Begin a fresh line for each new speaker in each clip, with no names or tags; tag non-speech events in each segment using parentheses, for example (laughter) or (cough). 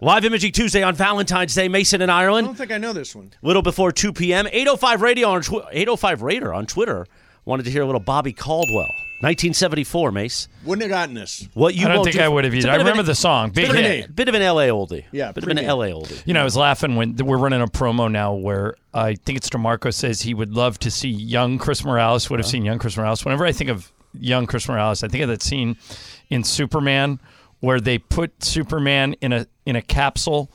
Live Imaging Tuesday on Valentine's Day, Mason in
I don't
Ireland,
think I know this one.
little before 2 p.m. 805 Radio on tw- 805 Raider on Twitter wanted to hear a little Bobby Caldwell, 1974, Mace.
Wouldn't have gotten this.
What you
I don't
won't
think
do
I would have
It's a
either. I
bit of an-
remember the song, Big
bit of, an,
Hit.
bit of an LA oldie.
Yeah,
bit of an
pretty.
LA oldie.
You know, I was laughing when th- we're running a promo now where I think it's DeMarco says he would love to see young Chris Morales, would have seen young Chris Morales. Whenever I think of young Chris Morales, I think of that scene in Superman where they put Superman in a in a capsule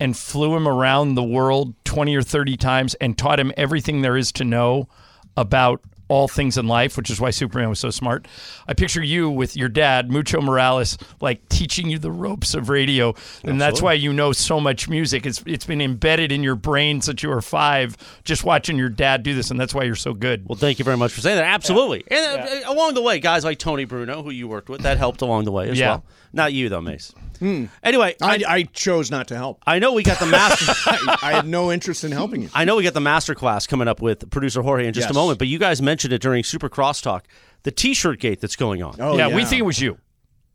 and flew him around the world 20 or 30 times and taught him everything there is to know about all things in life, which is why Superman was so smart. I picture you with your dad, Mucho Morales, like teaching you the ropes of radio. And that's why you know so much music. It's it's been embedded in your brain since you were five, just watching your dad do this, and that's why you're so good.
Well, thank you very much for saying that. Absolutely. And uh, uh, along the way, guys like Tony Bruno, who you worked with, that helped along the way as
Yeah.
well. Not you, though, Mace. Anyway, I,
Hmm. I, I chose not to help.
I know we got the
(laughs)
master.
I, I had no interest in
(laughs)
helping you.
I know we got the master class coming up with producer Jorge in just a
Yes.
moment, but you guys mentioned it during Super Crosstalk, the T-shirt gate that's going on.
Oh,
yeah, we think it was you.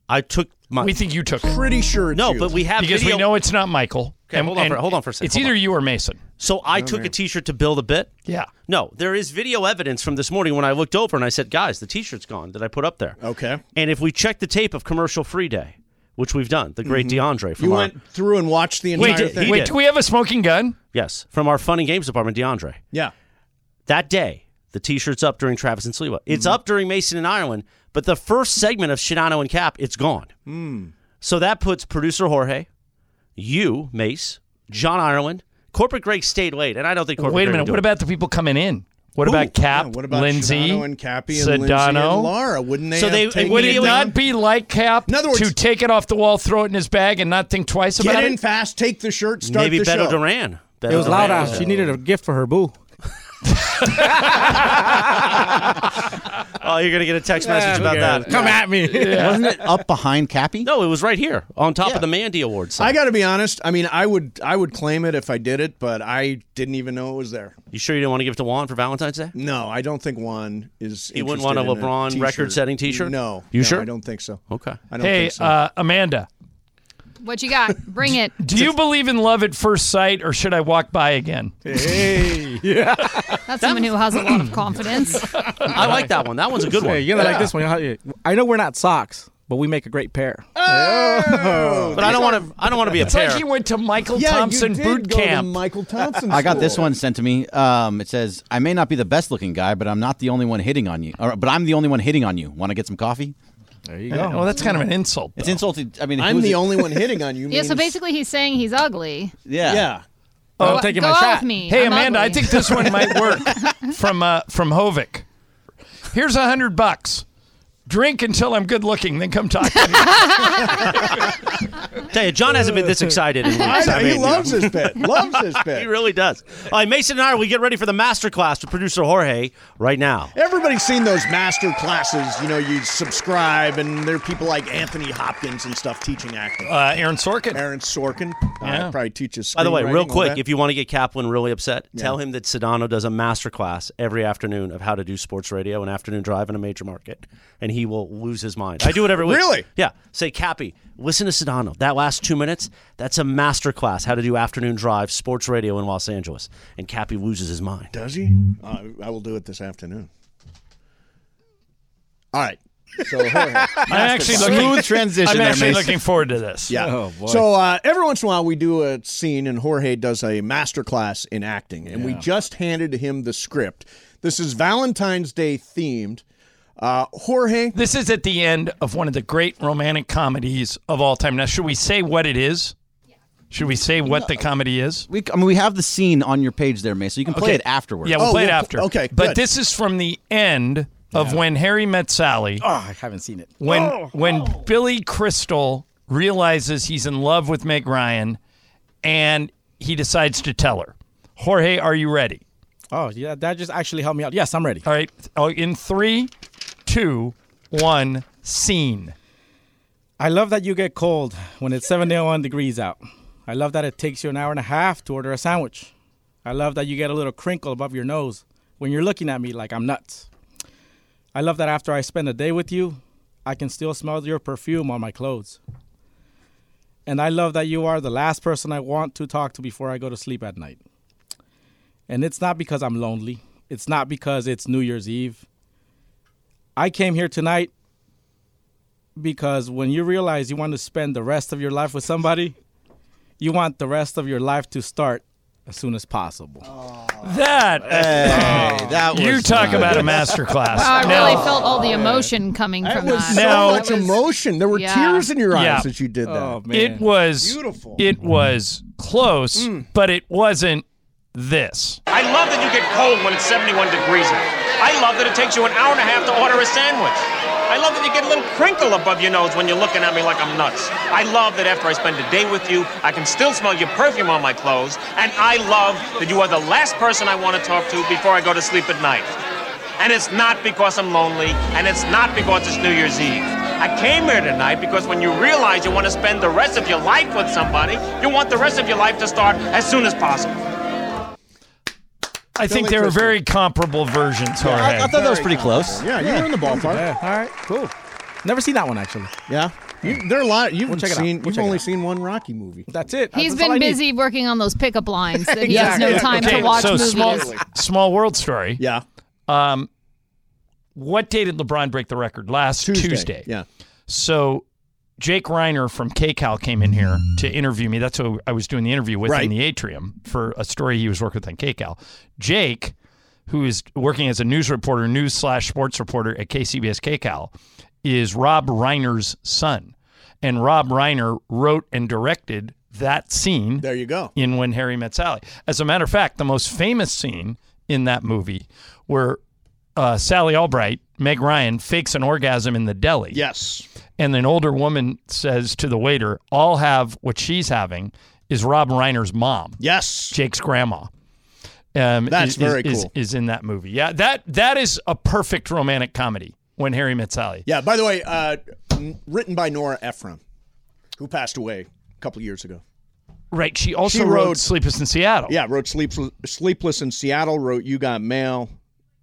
I took my
We think you took it.
pretty sure. It's
no,
you.
but we have
Because
video.
we know it's not Michael.
Okay, hold on for- hold on for a second.
It's
Hold
either
on.
you or Mason.
So I took a T-shirt to build a bit.
Yeah.
No, there is video evidence from this morning when I looked over and I said, "Guys, the T-shirt's gone that I put up there."
Okay.
And if we check the tape of commercial free day, which we've done, the great DeAndre from
You
our,
went through and watched the entire
did- he
thing.
Wait,
did.
do we have a smoking gun?
yes from our fun and games department, DeAndre.
Yeah.
That day, the T-shirt's up during Travis and Sliwa. It's
Mm-hmm.
up during Mason and Ireland, but the first segment of Shinano and Cap, it's gone.
Hmm.
So that puts producer Jorge, you Mace, John Ireland, corporate Greg stayed late, and I don't think corporate.
Wait a
Greg
minute.
would
What
do it.
about the people coming in? What
Who?
about Cap,
Yeah, what about
Lindsay,
Shimano and Cappy and Lindsay and
Sedano?
Laura? Wouldn't they?
So
have
they-
taken
Would it
Immediately.
not be like Cap
In other words-
to take it off the wall, throw it in his bag, and not think twice about
Get in
it?
fast, take the shirt, start
maybe
the
Beto
show.
Duran? Beto
It was loud
Duran
out. She needed a gift for her boo.
Oh, you're gonna get a text message about that.
Come at me. Wasn't it up behind Cappy?
No, it was right here on top of the Mandy Awards.
I got to be honest. I mean, I would I would claim it if I did it, but I didn't even know it was there.
you sure you didn't want to give it to Juan for Valentine's Day?
No, I don't think Juan is.
You wouldn't want a
interested in
LeBron
t-shirt.
record-setting t-shirt?
No,
You
no,
sure?
I don't think so.
Okay.
I don't
Hey,
think so.
uh, Amanda,
What you got? Bring it.
do you believe in love at first sight, or should I walk by again?
That's someone who has a lot of confidence.
I like that one. That one's a good
Hey,
one.
you're gonna like this one. How- yeah. I know we're not socks, but we make a great pair.
But I don't want to. I don't want to be a
It's like
pair.
he went to Michael
yeah,
Thompson
you did
boot
go to
camp.
(laughs) Michael Thompson.
I got this
school.
one sent to me. Um, it says, "I may not be the best looking guy, but I'm not the only one hitting on you. Or, but I'm the only one hitting on you. Want to get some coffee?
There you go.
well, Oh, that's kind of an insult.
It's
though.
insulted. I mean,
Oh. I'm
who's
the
it-
only one hitting on you.
(laughs) yeah, so
means-
basically he's saying he's ugly.
Yeah.
yeah.
Oh,
I'm taking
go
my
out
shot.
with me.
Hey,
I'm
Amanda,
ugly.
I think this one
(laughs)
might work from uh, from Hovick. Here's a hundred bucks. Drink until I'm good looking, then come talk to me.
Tell you, John hasn't been this excited in weeks.
I know,
I mean,
he loves this bit. Loves this
He
bit.
really does. All right, Mason and I, we get ready for the master class with producer Jorge right now.
Everybody's seen those master classes. You know, you subscribe, and there are people like Anthony Hopkins and stuff teaching acting.
Uh, Aaron Sorkin.
Aaron Sorkin uh,
Yeah.
probably teaches.
By the way, real
screenwriting, all
quick,
that.
if you want to get Kaplan really upset, tell him that Sedano does a master class every afternoon of how to do sports radio, an afternoon drive in a major market, and he will lose his mind. I do it every week.
Really?
Yeah. Say, Cappy, listen to Sedano. That last two minutes, that's a master class how to do afternoon drive sports radio in Los Angeles, and Cappy loses his mind.
Does he? Uh, I will do it this afternoon. All right. So Jorge.
I'm actually looking,
Smooth transition
I'm
there,
actually
Mason.
looking forward to this.
Yeah.
Oh, boy.
So uh, every once in a while we do a scene, and Jorge does a master class in acting, and we just handed him the script. This is Valentine's Day themed. Uh, Jorge,
This is at the end of one of the great romantic comedies of all time. Now, should we say what it is? Should we say what the comedy is?
We, I mean, we have the scene on your page there, Mason. You can play
Okay.
it afterwards.
Yeah, we'll
Oh,
play it
we'll-
after.
okay,
But
good.
this is from the end of when Harry met Sally,
Oh, I haven't seen it.
when when Billy Crystal realizes he's in love with Meg Ryan, and he decides to tell her, Jorge, are you ready?
Oh, yeah, that just actually helped me out. Yes, I'm ready.
All right. Oh, in three, two, one, scene.
I love that you get cold when it's 71 degrees out. I love that it takes you an hour and a half to order a sandwich. I love that you get a little crinkle above your nose when you're looking at me like I'm nuts. I love that after I spend a day with you, I can still smell your perfume on my clothes. And I love that you are the last person I want to talk to before I go to sleep at night. And it's not because I'm lonely. It's not because it's New Year's Eve. I came here tonight because when you realize you want to spend the rest of your life with somebody, you want the rest of your life to start as soon as possible.
That
(laughs)
oh,
Hey, that was
you talk
nice.
about a master class.
Wow, (laughs) I
Now-
really felt all the emotion coming
That
from
was
that.
so
Now-
much
That was-
emotion. There were
Yeah.
tears in your eyes
Yeah.
as you did that.
Oh man.
It was
Beautiful.
It was close,
Mm.
but it wasn't this.
I love that you get cold when it's 71 degrees out. I love that it takes you an hour and a half to order a sandwich. I love that you get a little crinkle above your nose when you're looking at me like I'm nuts. I love that after I spend a day with you, I can still smell your perfume on my clothes. And I love that you are the last person I want to talk to before I go to sleep at night. And it's not because I'm lonely, and it's not because it's New Year's Eve. I came here tonight because when you realize you want to spend the rest of your life with somebody, you want the rest of your life to start as soon as possible.
I think they were very comparable versions, Jorge.
I, I thought that was pretty close.
Yeah, you were in the ballpark.
Yeah, all right, cool. Never seen that one actually.
Yeah. You, there are a lot. You've
We'll check it out.
seen.
We'll
you've
check it
only
out.
seen one Rocky movie.
That's it.
He's
That's all I
been
need.
busy working on those pickup lines that he has no time
okay,
to watch
so
movies.
small, small world story.
Yeah.
Um, what day did LeBron break the record? Last Tuesday.
Yeah.
So Jake Reiner from KCAL came in here to interview me. That's who I was doing the interview with
Mm. Right.
in the atrium for a story he was working with on KCAL. Jake, who is working as a news reporter, news slash sports reporter at KCBS KCAL, is Rob Reiner's son. And Rob Reiner wrote and directed that scene
There you go.
in When Harry Met Sally. As a matter of fact, the most famous scene in that movie where uh, Sally Albright, Meg Ryan, fakes an orgasm in the deli.
Yes.
And an older woman says to the waiter, I'll have what she's having is Rob Reiner's mom,
Yes.
Jake's grandma. Um,
That's
is,
very
is,
cool.
Is, is in that movie. Yeah, that that is a perfect romantic comedy when Harry Met Sally.
Yeah. By the way, uh, n- written by Nora Ephron, who passed away a couple years ago.
Right. She also
She
wrote
wrote-
Sleepless in Seattle.
Yeah. Wrote Sleep- Sleepless in Seattle. Wrote You Got Mail,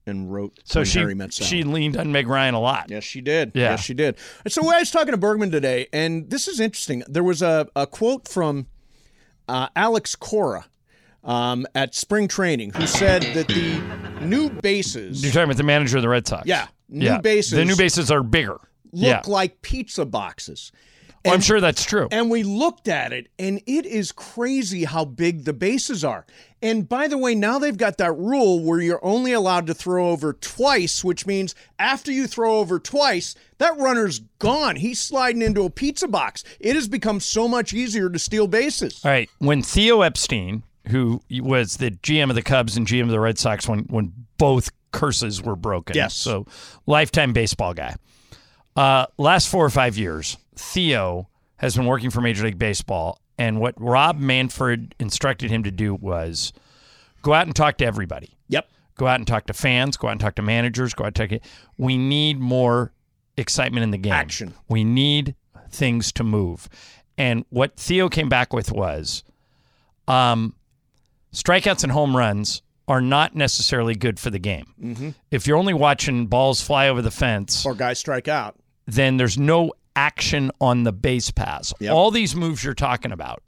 and wrote
So
When
she
Harry Met Sally.
she leaned on Meg Ryan a lot.
Yes, she did.
Yeah.
Yes, she did. So I was talking to Bergman today, and this is interesting. There was a, a quote from uh, Alex Cora um, at spring training who said that the new
You're
bases
talking about the manager of the Red Sox.
Yeah. New bases-
The new bases are bigger.
look
yeah.
like pizza boxes.
Well, I'm
and-
sure that's true.
And we looked at it, and it is crazy how big the bases are. And by the way, now they've got that rule where you're only allowed to throw over twice, which means after you throw over twice, that runner's gone. He's sliding into a pizza box. It has become so much easier to steal bases.
All right. When Theo Epstein, who was the GM of the Cubs and GM of the Red Sox when, when both curses were broken.
Yes.
So lifetime baseball guy. Uh, last four or five years, Theo has been working for Major League Baseball. And what Rob Manfred instructed him to do was go out and talk to everybody.
Yep.
go out and talk to fans, go out and talk to managers, go out and talk to. We need more excitement in the game.
Action.
We need things to move. And what Theo came back with was um, strikeouts and home runs are not necessarily good for the game.
Mm-hmm.
If you're only watching balls fly over the fence,
Or guys strike out.
then there's no action on the base pass.
Yep.
All these moves you're talking about,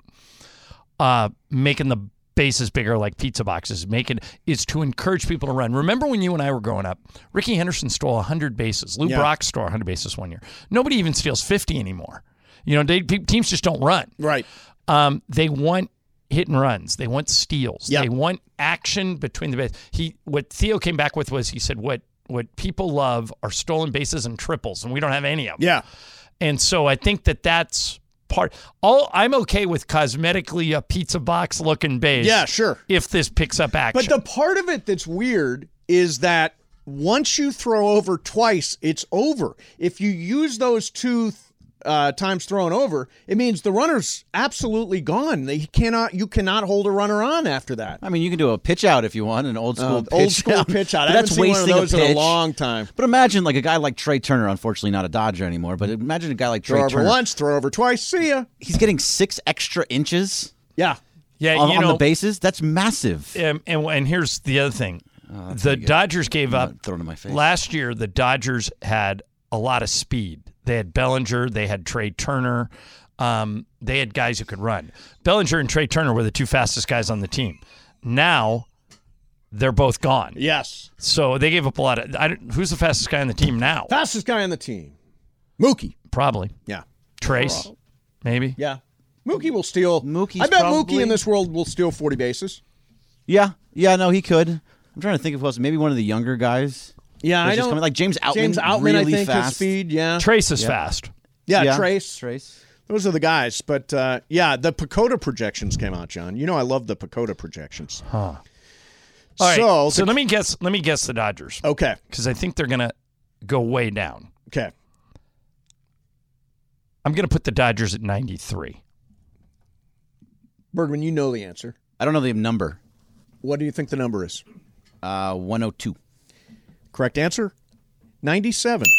uh, making the bases bigger like pizza boxes, making is to encourage people to run. Remember when you and I were growing up, Ricky Henderson stole 100 bases. Lou
Yeah.
Brock stole 100 bases one year. Nobody even steals 50 anymore. You know, they, pe- teams just don't run.
Right.
Um, they want hit and runs. They want steals.
Yeah.
They want action between the base. He what Theo came back with was he said what what people love are stolen bases and triples, and we don't have any of them.
Yeah.
And so I think that that's part. All I'm okay with cosmetically a pizza box looking base.
Yeah, sure.
If this picks up action,
But the part of it that's weird is that once you throw over twice, it's over. If you use those two th- uh, times thrown over, it means the runner's absolutely gone. They cannot, you cannot hold a runner on after that.
I mean, you can do a pitch out if you want, an old school
Uh,
pitch
old school
out.
pitch out.
But
I haven't
that's
seen one of
wasting
those
a
in a
pitch.
long time.
But imagine like a guy like Trey Turner, unfortunately not a Dodger anymore, but imagine a guy like Trey
Throw over
Turner.
once, throw over twice. See ya.
He's getting six extra inches
Yeah.
Yeah,
on,
you
on
know,
the bases. That's massive.
Um, and, and here's the other thing
Oh,
the Dodgers gave up.
not throwing in my face.
Last year, the Dodgers had a lot of speed. They had Bellinger, they had Trey Turner, um, they had guys who could run. Bellinger and Trey Turner were the two fastest guys on the team. Now, they're both gone.
Yes.
So they gave up a lot of. I don't, who's the fastest guy on the team now?
Fastest guy on the team. Mookie.
Probably.
Yeah.
Trace, maybe.
Yeah. Mookie will steal.
Mookie's
I bet Mookie
probably-
in this world will steal 40 bases.
Yeah, yeah, no, he could. I'm trying to think of who else. Maybe one of the younger guys.
Yeah,
That's
I
just
don't
coming- like James Outman,
James Outman, I
really
think his
fast.
speed. Yeah,
Trace is fast.
yeah, Uh, Trace.
Trace.
Those are the guys. But uh, yeah, the Pacoda projections came out, John. You know, I love the Pacoda projections.
All right.
So,
So, let me guess. Let me guess the Dodgers
okay,
because I think they're gonna go way down.
okay,
I'm gonna put the Dodgers at 93.
Birdman, you know the answer.
I don't know the number.
What do you think the number is?
Uh, 102.
Correct answer,
(laughs)
ninety-seven.
(laughs)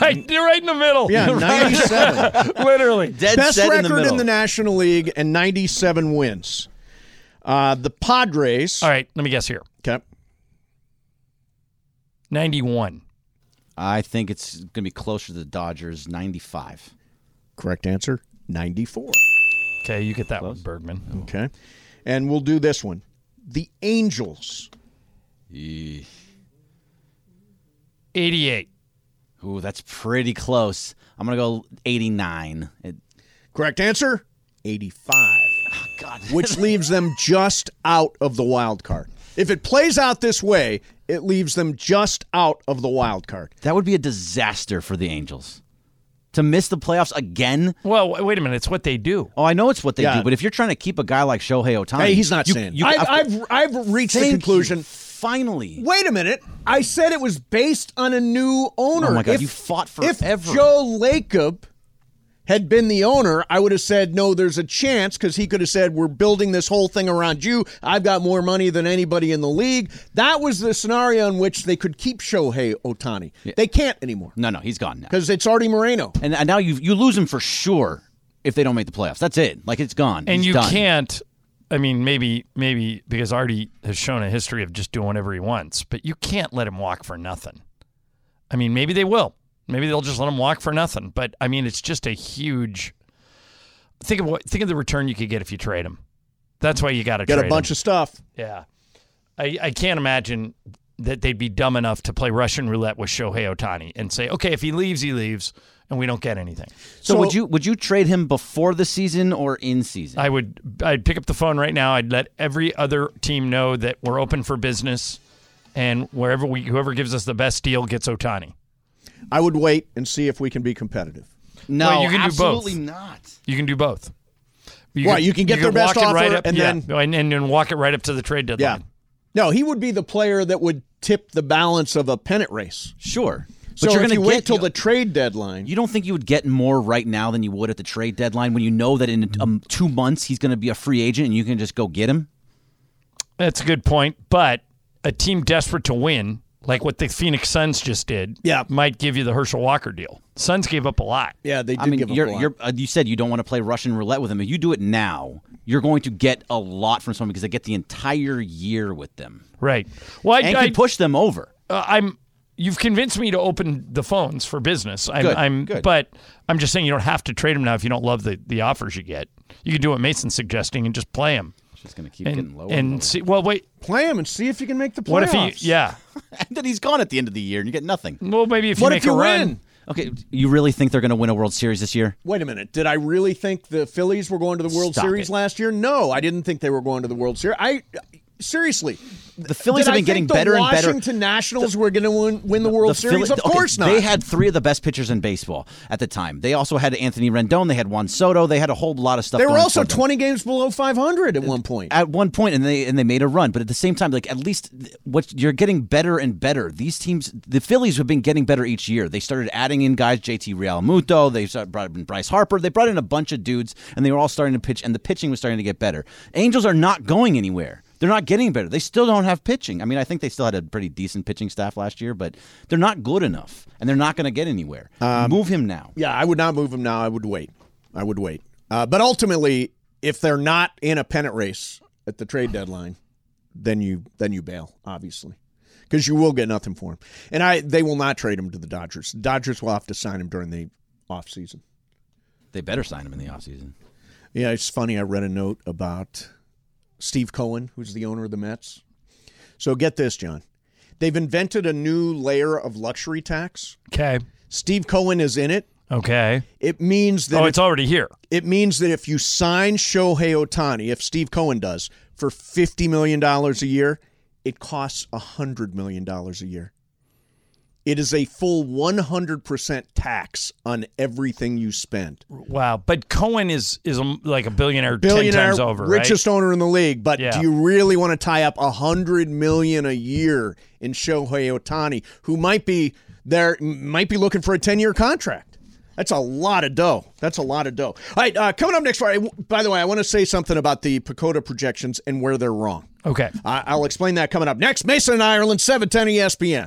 Right, you're right in the middle.
Mm. Yeah,
(laughs)
ninety-seven. (laughs)
literally.
Dead
Best
set
record
in the middle.
National League and ninety-seven wins. Uh, the Padres.
All right, let me guess here.
Okay.
91.
I think it's going to be closer to the Dodgers, 95.
Correct answer, ninety-four.
Okay, you get that one, Bergman.
Okay. And we'll do this one. The Angels.
88.
Ooh, that's pretty close. I'm going to go 89. It-
Correct answer? 85.
Oh, God. (laughs)
Which leaves them just out of the wild card. If it plays out this way, it leaves them just out of the wild card.
That would be a disaster for the Angels. To miss the playoffs again?
Well, w- wait a minute. It's what they do.
Oh, I know it's what they
Yeah.
do, but if you're trying to keep a guy like Shohei Otani.
Hey, he's not
you,
saying.
you-
I, I've, I've reached the
Thank
conclusion.
you. Finally.
Wait a minute. I said it was based on a new owner.
Oh my God,
If-
you fought
If
forever.
Joe Lacob had been the owner, I would have said, no, there's a chance because he could have said, we're building this whole thing around you. I've got more money than anybody in the league. That was the scenario in which they could keep Shohei Otani. They can't anymore
No, no, he's gone now.
because it's Artie Moreno.
And, and now you you lose him for sure if they don't make the playoffs. That's it. Like it's gone.
And
He's
you
done.
can't I mean, maybe maybe because Artie has shown a history of just doing whatever he wants, but you can't let him walk for nothing. I mean, maybe they will. Maybe they'll just let him walk for nothing, but I mean, it's just a huge Think of what think of the return you could get if you trade him. That's why you got to
Got
trade
a bunch
him.
of stuff.
Yeah. I, I can't imagine that they'd be dumb enough to play Russian roulette with Shohei Otani and say, okay, if he leaves, he leaves, and we don't get anything.
So,
So-
would you would you trade him before the season or in season?
I would I'd pick up the phone right now. I'd let every other team know that we're open for business, and wherever we whoever gives us the best deal gets Otani.
I would wait and see if we can be competitive.
no,
Well, you can do
absolutely
both.
not.
You can do both. You
Right, you can get their best
walk it
offer
up,
and
yeah,
then-
and, and then walk it right up to the trade
Yeah.
deadline.
No, he would be the player that would tip the balance of a pennant race.
Sure, but
So
you're
if
going
you
to
wait
get
till
till
the trade deadline,
You don't think you would get more right now than you would at the trade deadline when you know that in um, two months he's going to be a free agent and you can just go get him?
That's a good point. But a team desperate to win, like what the Phoenix Suns just did,
Yeah.
might give you the Herschel Walker deal. Suns gave up a lot.
yeah, they did
I mean,
give up
you're,
a lot.
you're, uh, you said you don't want to play Russian roulette with him. If you do it now, you're going to get a lot from someone because they get the entire year with them
Right. Well, I,
and
I,
can push them over.
uh, I'm. You've convinced me to open the phones for business. I'm,
Good,
I'm
good.
but I'm just saying you don't have to trade him now if you don't love the, the offers you get. You can do what Mason's suggesting and just play him
Just going to keep
and
getting lower
and
lower.
see. Well, wait.
Play him and see if you can make the playoffs.
What if he? Yeah.
(laughs) and then he's gone at the end of the year and you get nothing.
Well, maybe if you
What
make
if you
a run.
win?
Okay, you really think they're going to win a World Series this year?
Wait a minute. Did I really think the Phillies were going to the World
Stop
Series
it.
last year? No, I didn't think they were going to the World Series. I seriously.
The Phillies
Did
have
I
been getting
think the
better and better.
Washington Nationals were going to win, win the World
the
Series.
Philly-
of
okay,
course not.
They had three of the best pitchers in baseball at the time. They also had Anthony Rendon. They had Juan Soto. They had a whole lot of stuff.
They were
going
also
for them.
20 games below 500 at one point.
at one point, and they and they made a run. But at the same time, like at least what you're getting better and better. These teams, the Phillies have been getting better each year. They started adding in guys, JT Realmuto. They started- brought in Bryce Harper. They brought in a bunch of dudes, and they were all starting to pitch. And the pitching was starting to get better. Angels are not going anywhere. They're not getting better. They still don't have pitching. I mean, I think they still had a pretty decent pitching staff last year, but they're not good enough, and they're not going to get anywhere. Move him now.
Yeah, I would not move him now. I would wait. I would wait. Uh, but ultimately, if they're not in a pennant race at the trade deadline, then you then you bail, obviously, because you will get nothing for him. And I they will not trade him to the Dodgers. The Dodgers will have to sign him during the offseason.
They better sign him in the offseason.
Yeah, it's funny. I read a note about Steve Cohen, who's the owner of the Mets. So get this, John. They've invented a new layer of luxury tax.
Okay.
Steve Cohen is in it.
Okay.
It means that
Oh,
if
it's already here.
it means that if you sign Shohei Otani, if Steve Cohen does, for $50 million a year, it costs $100 million a year. It is a full 100% tax on everything you spend.
Wow. But Cohen is is um, like a billionaire, ten
Billionaire,
times over,
richest owner in the league, but
Yeah.
do you really want to tie up $100 million a year in Shohei Otani, who might be there, might be looking for a 10 year contract? That's a lot of dough. That's a lot of dough. All right, uh, coming up next Friday. By the way, I want to say something about the Pacoda projections and where they're wrong.
right? Okay.
I- I'll explain that coming up next. Mason and Ireland, E 710 ESPN.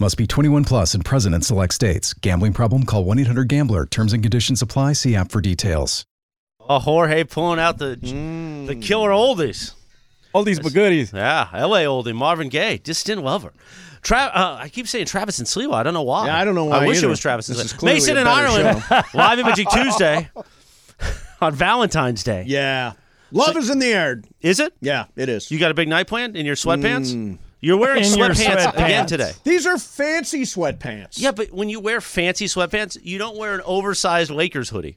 Must be 21 plus and present in select states. Gambling problem? Call 1 800 Gambler. Terms and conditions apply. See app for details.
Oh, Jorge pulling out the the
Mm.
killer oldies.
All these but goodies.
Yeah, L.A. oldie Marvin Gaye just didn't love her. Tra- uh, I keep saying Travis and Sliwa. I don't know why.
Yeah, I don't know why
I wish
either.
it was Travis and
This is
Sliwa.
clearly
Mason
a
in
better
Ireland (laughs) live Imaging Tuesday (laughs) on Valentine's Day.
Yeah. Love is in the air.
Is it?
Yeah, Mm. it is.
You got a big night planned in your sweatpants? You're wearing
In your
sweatpants, again
sweatpants.
today.
These are fancy sweatpants.
Yeah, but when you wear fancy sweatpants, you don't wear an oversized Lakers hoodie.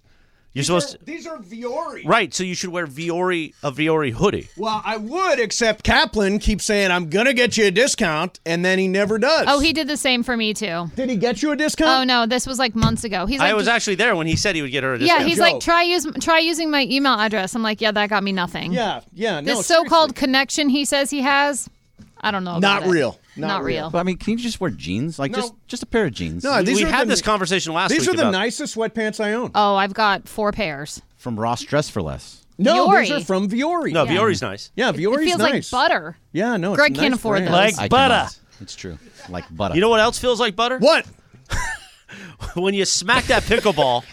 You're
These are-
supposed to.
these are Viore.
Right, so you should wear Viore a Viore hoodie.
Well, I would, except Kaplan keeps saying, I'm going to get you a discount, and then he never does.
Oh, he did the same for me too.
did he get you a
Oh
discount?
no, this was like months ago. He's like,
I was actually there when he said he would get her a discount.
yeah, he's
joke.
like, try use try using my email address. I'm like, yeah, that got me nothing.
Yeah, yeah. No,
This so-called connection he says he has, I don't know. about
Not
it.
real. Not
Not,
real.
real.
But I mean, can you just wear jeans? Like just just a pair of jeans.
seriously. No, these
we
are
had
the,
this conversation last
These
week.
are the
about-
nicest sweatpants I own.
Oh, I've got four pairs.
from Ross Dress for Less.
no, these
Viore.
are from Viore.
No, Viore's nice.
yeah, Viore's
it feels
nice.
like butter.
Yeah, no, it's
Greg
a
can't
nice
afford
brand.
those.
Like
I
butter.
cannot. It's true. Like butter.
You know what else feels like butter?
What?
(laughs) When you smack that pickleball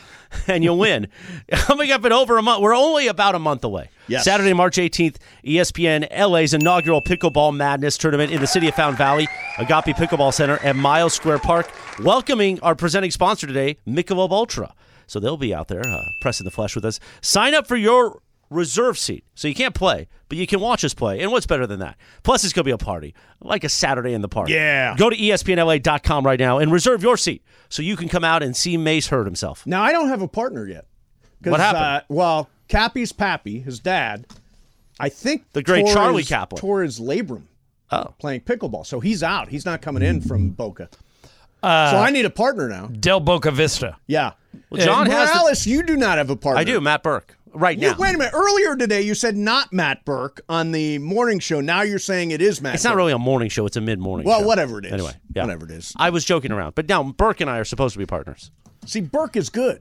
and you win. (laughs) Coming up in over a month. We're only about a month away.
Yes.
Saturday, March E 18th, ESPN LA's inaugural Pickleball Madness tournament in the city of Fountain Valley, Agape Pickleball Center at Miles Square Park. Welcoming our presenting sponsor today, Michelob Ultra. So they'll be out there uh, pressing the flesh with us. Sign up for your reserve seat. So you can't play, but you can watch us play. And what's better than that? Plus, it's going to be a party, like a Saturday in the park.
Yeah.
Go to E espnla.com right now and reserve your seat so you can come out and see Mace hurt himself.
Now, I don't have a partner yet. 'Cause,
What happened?
Uh, well, Cappy's pappy, his dad, I think
The great
tore
Charlie
his,
Kaplan.
tore his labrum
Oh.
playing pickleball, so he's out. He's not coming in from Boca. so I need a partner now.
Del Boca Vista.
Yeah.
Uh, Well, John has the-
Morales, you do not have a partner.
I do, Matt Burke. right
You-
now.
wait a minute. Earlier today, you said not Matt Burke on the morning show. Now you're saying it is Matt.
It's not
Burke.
really a morning show. It's a mid morning.
Well, whatever it is.
Anyway, yeah.
Whatever it is.
I was joking around, but now Burke and I are supposed to be partners.
See, Burke is good.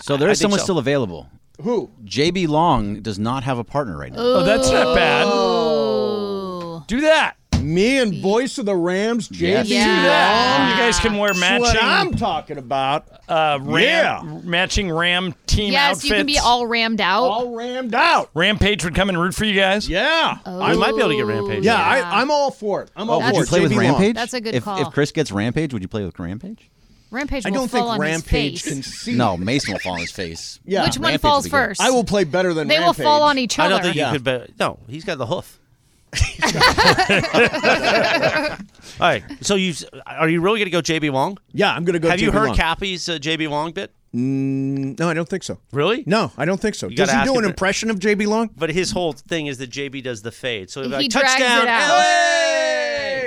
So there
I- I
is
think
someone
so.
still available.
Who?
JB Long does not have a partner right now.
Oh, that's not bad. Do that.
Me and voice of the Rams,
Yes.
JB.
Do that. You guys can wear
That's what I'm
matching
talking about.
uh, ram,
Yeah.
matching Ram team
yes,
outfits.
you can be all rammed out.
All rammed out.
Rampage would come and root for you guys.
Yeah.
Oh,
I might be able to get Rampage.
Yeah,
I,
I, I'm all for it.
Oh,
I'm all
Would
for
you
it.
play with
JB Long.
Rampage?
That's a good
if,
call.
If Chris gets Rampage, would you play with
(laughs)
Rampage?
Rampage
I
will
don't
fall
think
on
Rampage
his
can
face.
see.
No, Mason will fall on his face.
(laughs) Yeah.
Which one
Rampage
falls
would be good.
first?
I will play better than
They will
Rampage.
fall on each other.
don't think
Yeah.
you could. Be, no, he's got
(laughs)
the hoof. All right. So you are you really going to go JB Wong?
Yeah, I'm going to go.
Have you
JB
heard
Long.
Cappy's uh, JB Wong bit?
No, I don't think so.
Really?
No, I don't think so. Does
gotta
he
ask
do an
him-
impression of JB Long?
But his whole thing is that JB does the fade. So he'll be
He
like,
drags it
touchdown.
out.
LA!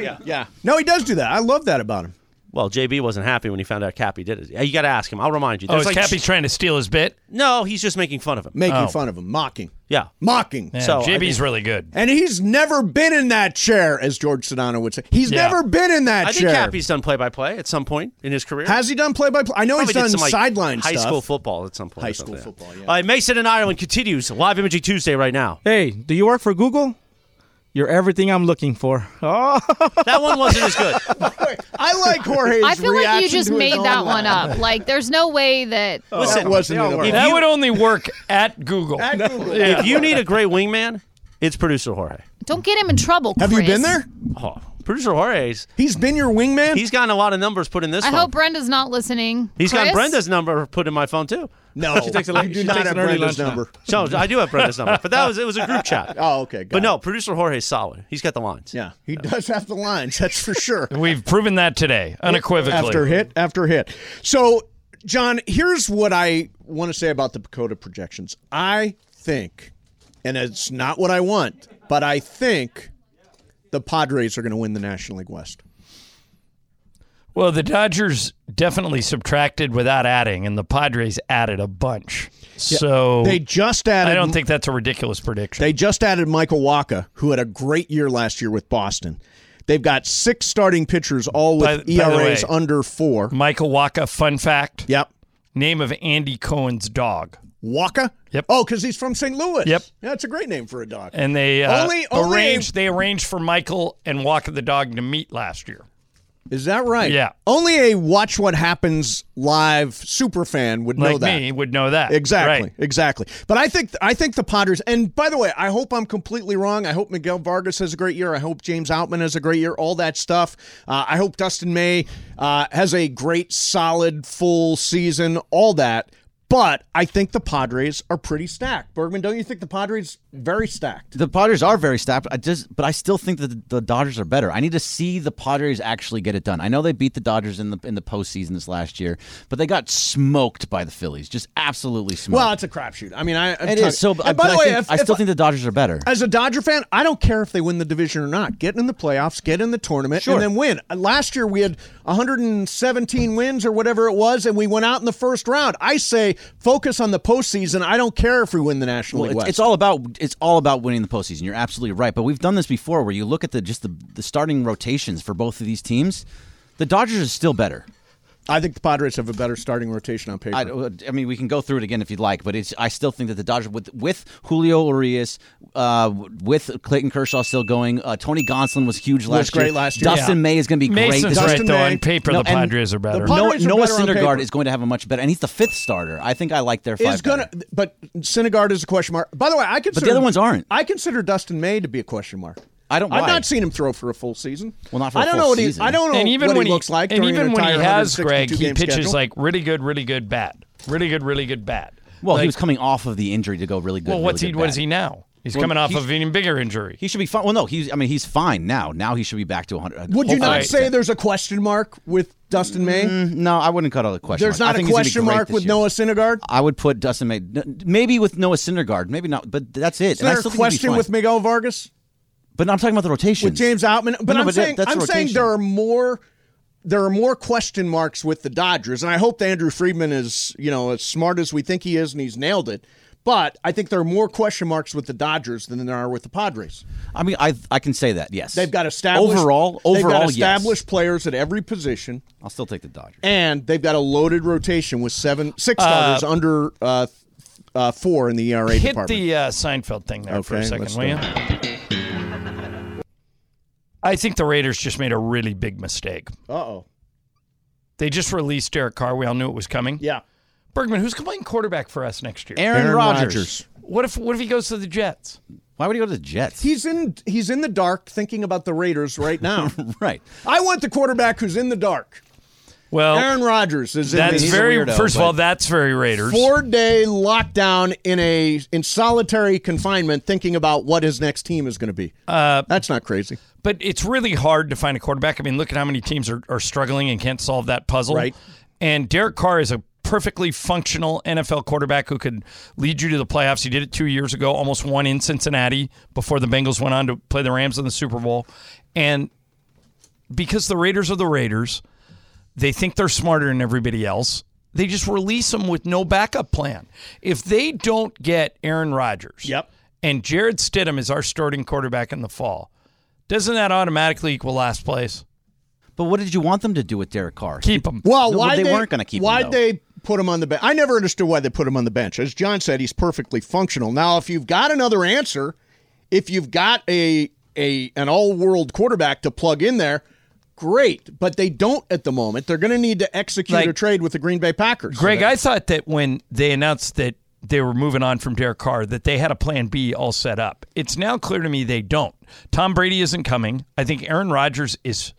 Yeah.
Yeah. No, he does do that. I love that about him.
Well, JB wasn't happy when he found out Cappy did it. You got to ask him. I'll remind you.
Oh,
There's
is
like-
Cappy trying to steal his bit?
No, he's just making fun of him.
Making
Oh.
fun of him, mocking,
Yeah.
mocking.
Yeah,
So, I
JB's
think-
really good.
And he's never been in that chair, as George Sedano would say. He's
Yeah.
never been in that
I think
chair.
Cappy's done play by play at some point in his career.
Has he done play by play? I know
Probably
he's done
did some, like,
sideline
high
stuff.
school football at some point. or
High school
something.
football, yeah.
All right, Mason in Ireland continues live imaging Tuesday right now.
Hey, do you work for Google? You're everything I'm looking for. Oh,
That one wasn't as
(laughs)
good.
I like Jorge's
(laughs) I feel like you
reaction
just
to his
made
own
that one
line.
up. Like, there's no way
(laughs)
that.
Oh, That wasn't
They all
an
work.
That would only work at Google.
At Google.
If you need a great wingman, it's producer Jorge.
Don't get him in trouble.
Have you
Chris.
been there?
Oh, producer Jorge's.
He's been your wingman?
He's gotten a lot of numbers put in this
I
phone.
hope Brenda's not listening.
He's
Chris?
got Brenda's number put in my phone too.
no,
She takes a-
I do
she
not
takes
have
an early
Brenda's
lunch
number.
So I do have Brenda's number, but that was it was a group chat.
(laughs) Oh, okay, got
but no,
it.
producer Jorge's solid. He's got the lines.
Yeah, he does have the lines, that's for (laughs) sure.
We've proven that
(laughs)
today, unequivocally.
after hit after hit. So, John, here's what I want to say about the Pacoda projections. I think, and it's not what I want, but I think the Padres are going to win the National League West.
Well, the Dodgers definitely subtracted without adding, and the Padres added a bunch. so
They just added.
I don't think that's a ridiculous prediction.
they just added Michael Waka, who had a great year last year with Boston. They've got six starting pitchers, all with
By- by the
ERAs
way-
under four.
Michael Waka, fun fact,
Yep.
name of Andy Cohen's dog.
Waka?
Yep.
Oh, because he's from St. Louis.
Yep.
Yeah, it's a great name for a dog.
And they uh,
Only- only-
arranged they arranged for Michael and Waka the dog to meet last year.
Is that right?
Yeah.
Only a Watch What Happens live super fan would know
Like
that.
me would know that.
Exactly.
Right.
Exactly. But I think I think the Potters and by the way, I hope I'm completely wrong. I hope Miguel Vargas has a great year. I hope James Outman has a great year. All that stuff. Uh, I hope Dustin May uh, has a great, solid, full season. All that. But I think the Padres are pretty stacked. Bergman, don't you think the Padres very stacked?
The Padres are very stacked. I just, but I still think that the, the Dodgers are better. I need to see the Padres actually get it done. I know they beat the Dodgers in the in the postseason this last year, but they got smoked by the Phillies, just absolutely smoked.
Well, it's a crapshoot. I mean, I I'm
it
talking-
is so.
And
But,
by
but
the
I,
way,
think-
if-
I still
if-
think the Dodgers are better.
as a Dodger fan, I don't care if they win the division or not. Get in the playoffs, get in the tournament, and then win. Uh, Last year we had 117 wins or whatever it was, and we went out in the first round. I say focus on the postseason. I don't care if we win the National
Well,
League
it's,
West.
it's all about it's all about winning the postseason. You're absolutely right. But we've done this before, where you look at the just the, the starting rotations for both of these teams. The Dodgers are still better.
I think the Padres have a better starting rotation on paper.
I, I mean, we can go through it again if you'd like, but it's. I still think that the Dodgers with with Julio Urias, uh, with Clayton Kershaw still going, uh, Tony Gonsolin was huge last
great
year.
last year.
Dustin
Yeah.
May is going to be
Mason's
great.
Dustin
right though.
May.
On paper,
No,
the
and
Padres are
the
better.
Padres
Noah,
are
Noah
better on
Syndergaard
paper.
is going to have a much better, and he's the fifth starter. I think I like their five.
is gonna,
better.
but Syndergaard is a question mark. By the way, I consider
other ones aren't.
I consider Dustin May to be a question mark.
I don't-
I've
why?
not seen him throw for a full season.
Well, not for
I
a
don't
full
know what he-
season.
I don't know
and even
what
when
he looks like.
and
during an
even when he
entire
has Greg,
162
he
game
pitches
schedule.
like really good, really good, bad, really good, really good, bad.
Well,
Like,
he was coming off of the injury to go really good.
well, what's
really
he?
good
What is
bat.
he now? He's
Well,
coming off
he-
of an even bigger injury.
He should be fine. Well, no, he's. I mean, he's fine now. Now he should be back to uh, 100.
Would you not
Alright.
say there's a question mark with Dustin May?
No, I wouldn't cut out the question.
There's
Mm-hmm. mark. I
not a
think he's gonna be
question
great
mark
this
with
year.
Noah Syndergaard.
I would put Dustin May, n- maybe with Noah Syndergaard, maybe not, but that's it.
Is
And I
there a
still think he'd be
question
fine.
with Miguel Vargas
But no, I'm talking about the rotation.
with James Outman? But
No,
I'm
but that-
saying
that's
I'm saying
rotation.
there are more there are more question marks with the Dodgers, and I hope that Andrew Friedman is you know as smart as we think he is, and he's nailed it. But I think there are more question marks with the Dodgers than there are with the Padres.
I mean, I I can say that. Yes,
They've got established
Overall,
they've got
overall, yes.
established players at every position,
I'll still take the Dodgers.
and they've got a loaded rotation with seven six
Uh,
starters under uh, th- uh, four in the ERA
Hit
department.
the uh, Seinfeld thing there for a
Okay,
second,
let's
will
do
you? I think the Raiders just made a really big mistake.
Uh oh.
They just released Derek Carr. We all knew it was coming.
Yeah.
Bergman, who's playing quarterback for us next year?
Aaron,
Aaron
Rodgers.
Rodgers.
What if what if he goes to the Jets?
Why would he go to the Jets?
He's in he's in the dark thinking about the
(laughs)
Raiders right now.
right.
I want the quarterback who's in the dark.
Well,
Aaron Rodgers is in
that's
this
very
weirdo,
first of
but-
all, that's very Raiders.
four-day lockdown in a in solitary confinement, thinking about what his next team is going to be. Uh, that's not crazy.
But it's really hard to find a quarterback. I mean, look at how many teams are, are struggling and can't solve that puzzle.
Right.
And Derek Carr is a perfectly functional NFL quarterback who could lead you to the playoffs. He did it two years ago, almost won in Cincinnati before the Bengals went on to play the Rams in the Super Bowl. And because the Raiders are the Raiders, they think they're smarter than everybody else. They just release them with no backup plan. If they don't get Aaron Rodgers,
Yep.
and Jared Stidham is our starting quarterback in the fall, doesn't that automatically equal last place?
But what did you want them to do with Derek Carr?
Keep him.
Well,
No,
why
they weren't gonna keep him,
Why
though.
they put him on the bench? I never understood why they put him on the bench. As John said, he's perfectly functional. Now, if you've got another answer, if you've got a a an all-world quarterback to plug in there. Great, but they don't at the moment. They're going to need to execute
Like-
a trade with the Green Bay Packers.
Greg, I thought that when they announced that they were moving on from Derek Carr, that they had a plan B all set up. It's now clear to me they don't. Tom Brady isn't coming. I think Aaron Rodgers is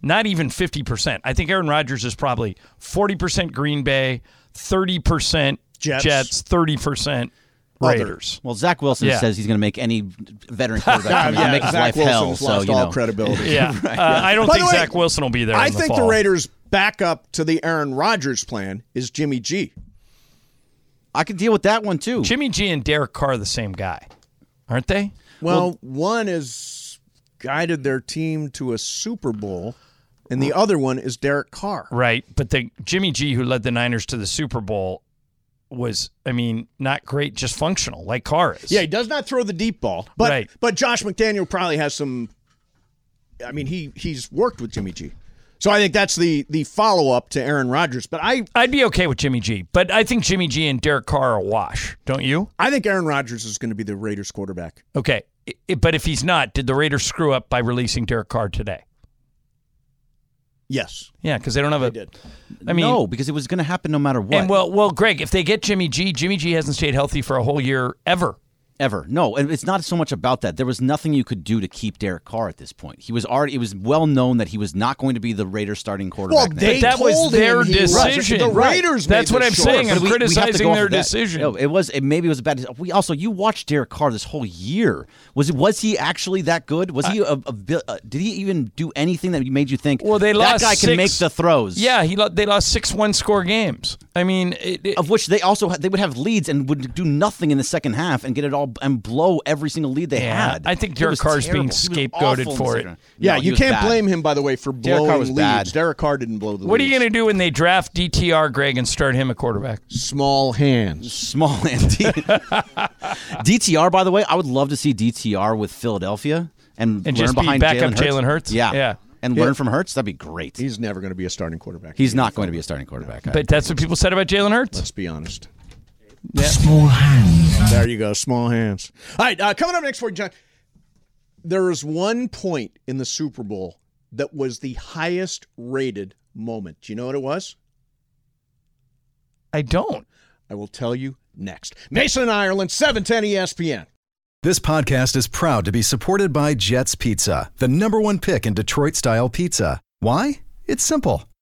not even 50%. I think Aaron Rodgers is probably 40% Green Bay, 30%
Jets.
30%
(laughs)
Raiders.
Well, Zach Wilson
Yeah.
says he's going to make any veteran quarterback
Yeah,
make his
Zach
life
Wilson's
hell. So
lost
you
all
know, (laughs)
credibility.
Yeah. Uh, I don't
By
think
the way,
Zach Wilson will be there.
I
in the
think
fall.
the Raiders' backup to the Aaron Rodgers plan is Jimmy G.
I can deal with that one too.
Jimmy G and Derek Carr are the same guy, aren't they?
Well, one is guided their team to a Super Bowl, and the other one is Derek Carr.
Right. But the Jimmy G who led the Niners to the Super Bowl was, I mean, not great, just functional, like Carr is.
Yeah, he does not throw the deep ball, but
Right.
but Josh McDaniel probably has some. I mean, he he's worked with Jimmy G, so I think that's the the follow up to Aaron Rodgers. But I
I'd be okay with Jimmy G, but I think Jimmy G and Derek Carr are a wash, don't you?
I think Aaron Rodgers is going to be the Raiders quarterback.
Okay. I- I- but if he's not, did the Raiders screw up by releasing Derek Carr today?
Yes,
Yeah, because they don't have a.
did.
I mean,
no, because it was going to happen no matter what.
and well, well, Greg, if they get Jimmy G, Jimmy G hasn't stayed healthy for a whole year ever.
ever. No, and it's not so much about that. There was nothing you could do to keep Derek Carr at this point. He was already. It was well known that he was not going to be the Raiders' starting quarterback.
Well,
next
they
But that was
told
their
him he was.
decision.
The
Right.
Raiders.
That's
made
what
the
I'm
choice.
saying. I'm
But we- we have to
criticizing
go
their
off of that.
decision.
No, it was. It maybe it was a bad. We also you watched Derek Carr this whole year. Was it? Was he actually that good? Was he? A, a, bi- uh did he even do anything that made you think?
Well, they
that
lost.
guy
six-
can make the throws.
Yeah, he lo- they lost six one score games. I mean, it, it-
Of which they also had, they would have leads and would do nothing in the second half and get it all and blow every single lead they
Yeah,
had.
I think
It
Derek
was
Carr's being
terrible. He was
scapegoated
awful in the
for it.
second half.
Yeah,
No, he
you
was
can't
bad.
blame him, by the way, for
Derek
blowing
Carr was
leads.
bad.
Derek Carr didn't blow the
what are you
leads.
going to do when they draft DTR Greg and start him at quarterback?
Small
(laughs)
hands.
small indeed.
(laughs)
DTR, by the way, I would love to see DTR with Philadelphia and, learn
And just be
behind Jalen
backup
Hurts.
Jalen Hurts?
Yeah,
Yeah.
and learn from Hurts. That'd be great. He's,
He's never going to be a starting quarterback.
not going to be a starting quarterback. I-
But that's what people said about Jalen Hurts.
Let's be honest.
Small hands.
There you go. Small hands. All right. Uh, coming up next for you, John. There was one point in the Super Bowl that was the highest rated moment. Do you know what it was?
I don't.
I will tell you next. Mason, Ireland, E 710 ESPN.
This podcast is proud to be supported by Jets Pizza, the number one pick in Detroit style pizza. Why? It's simple.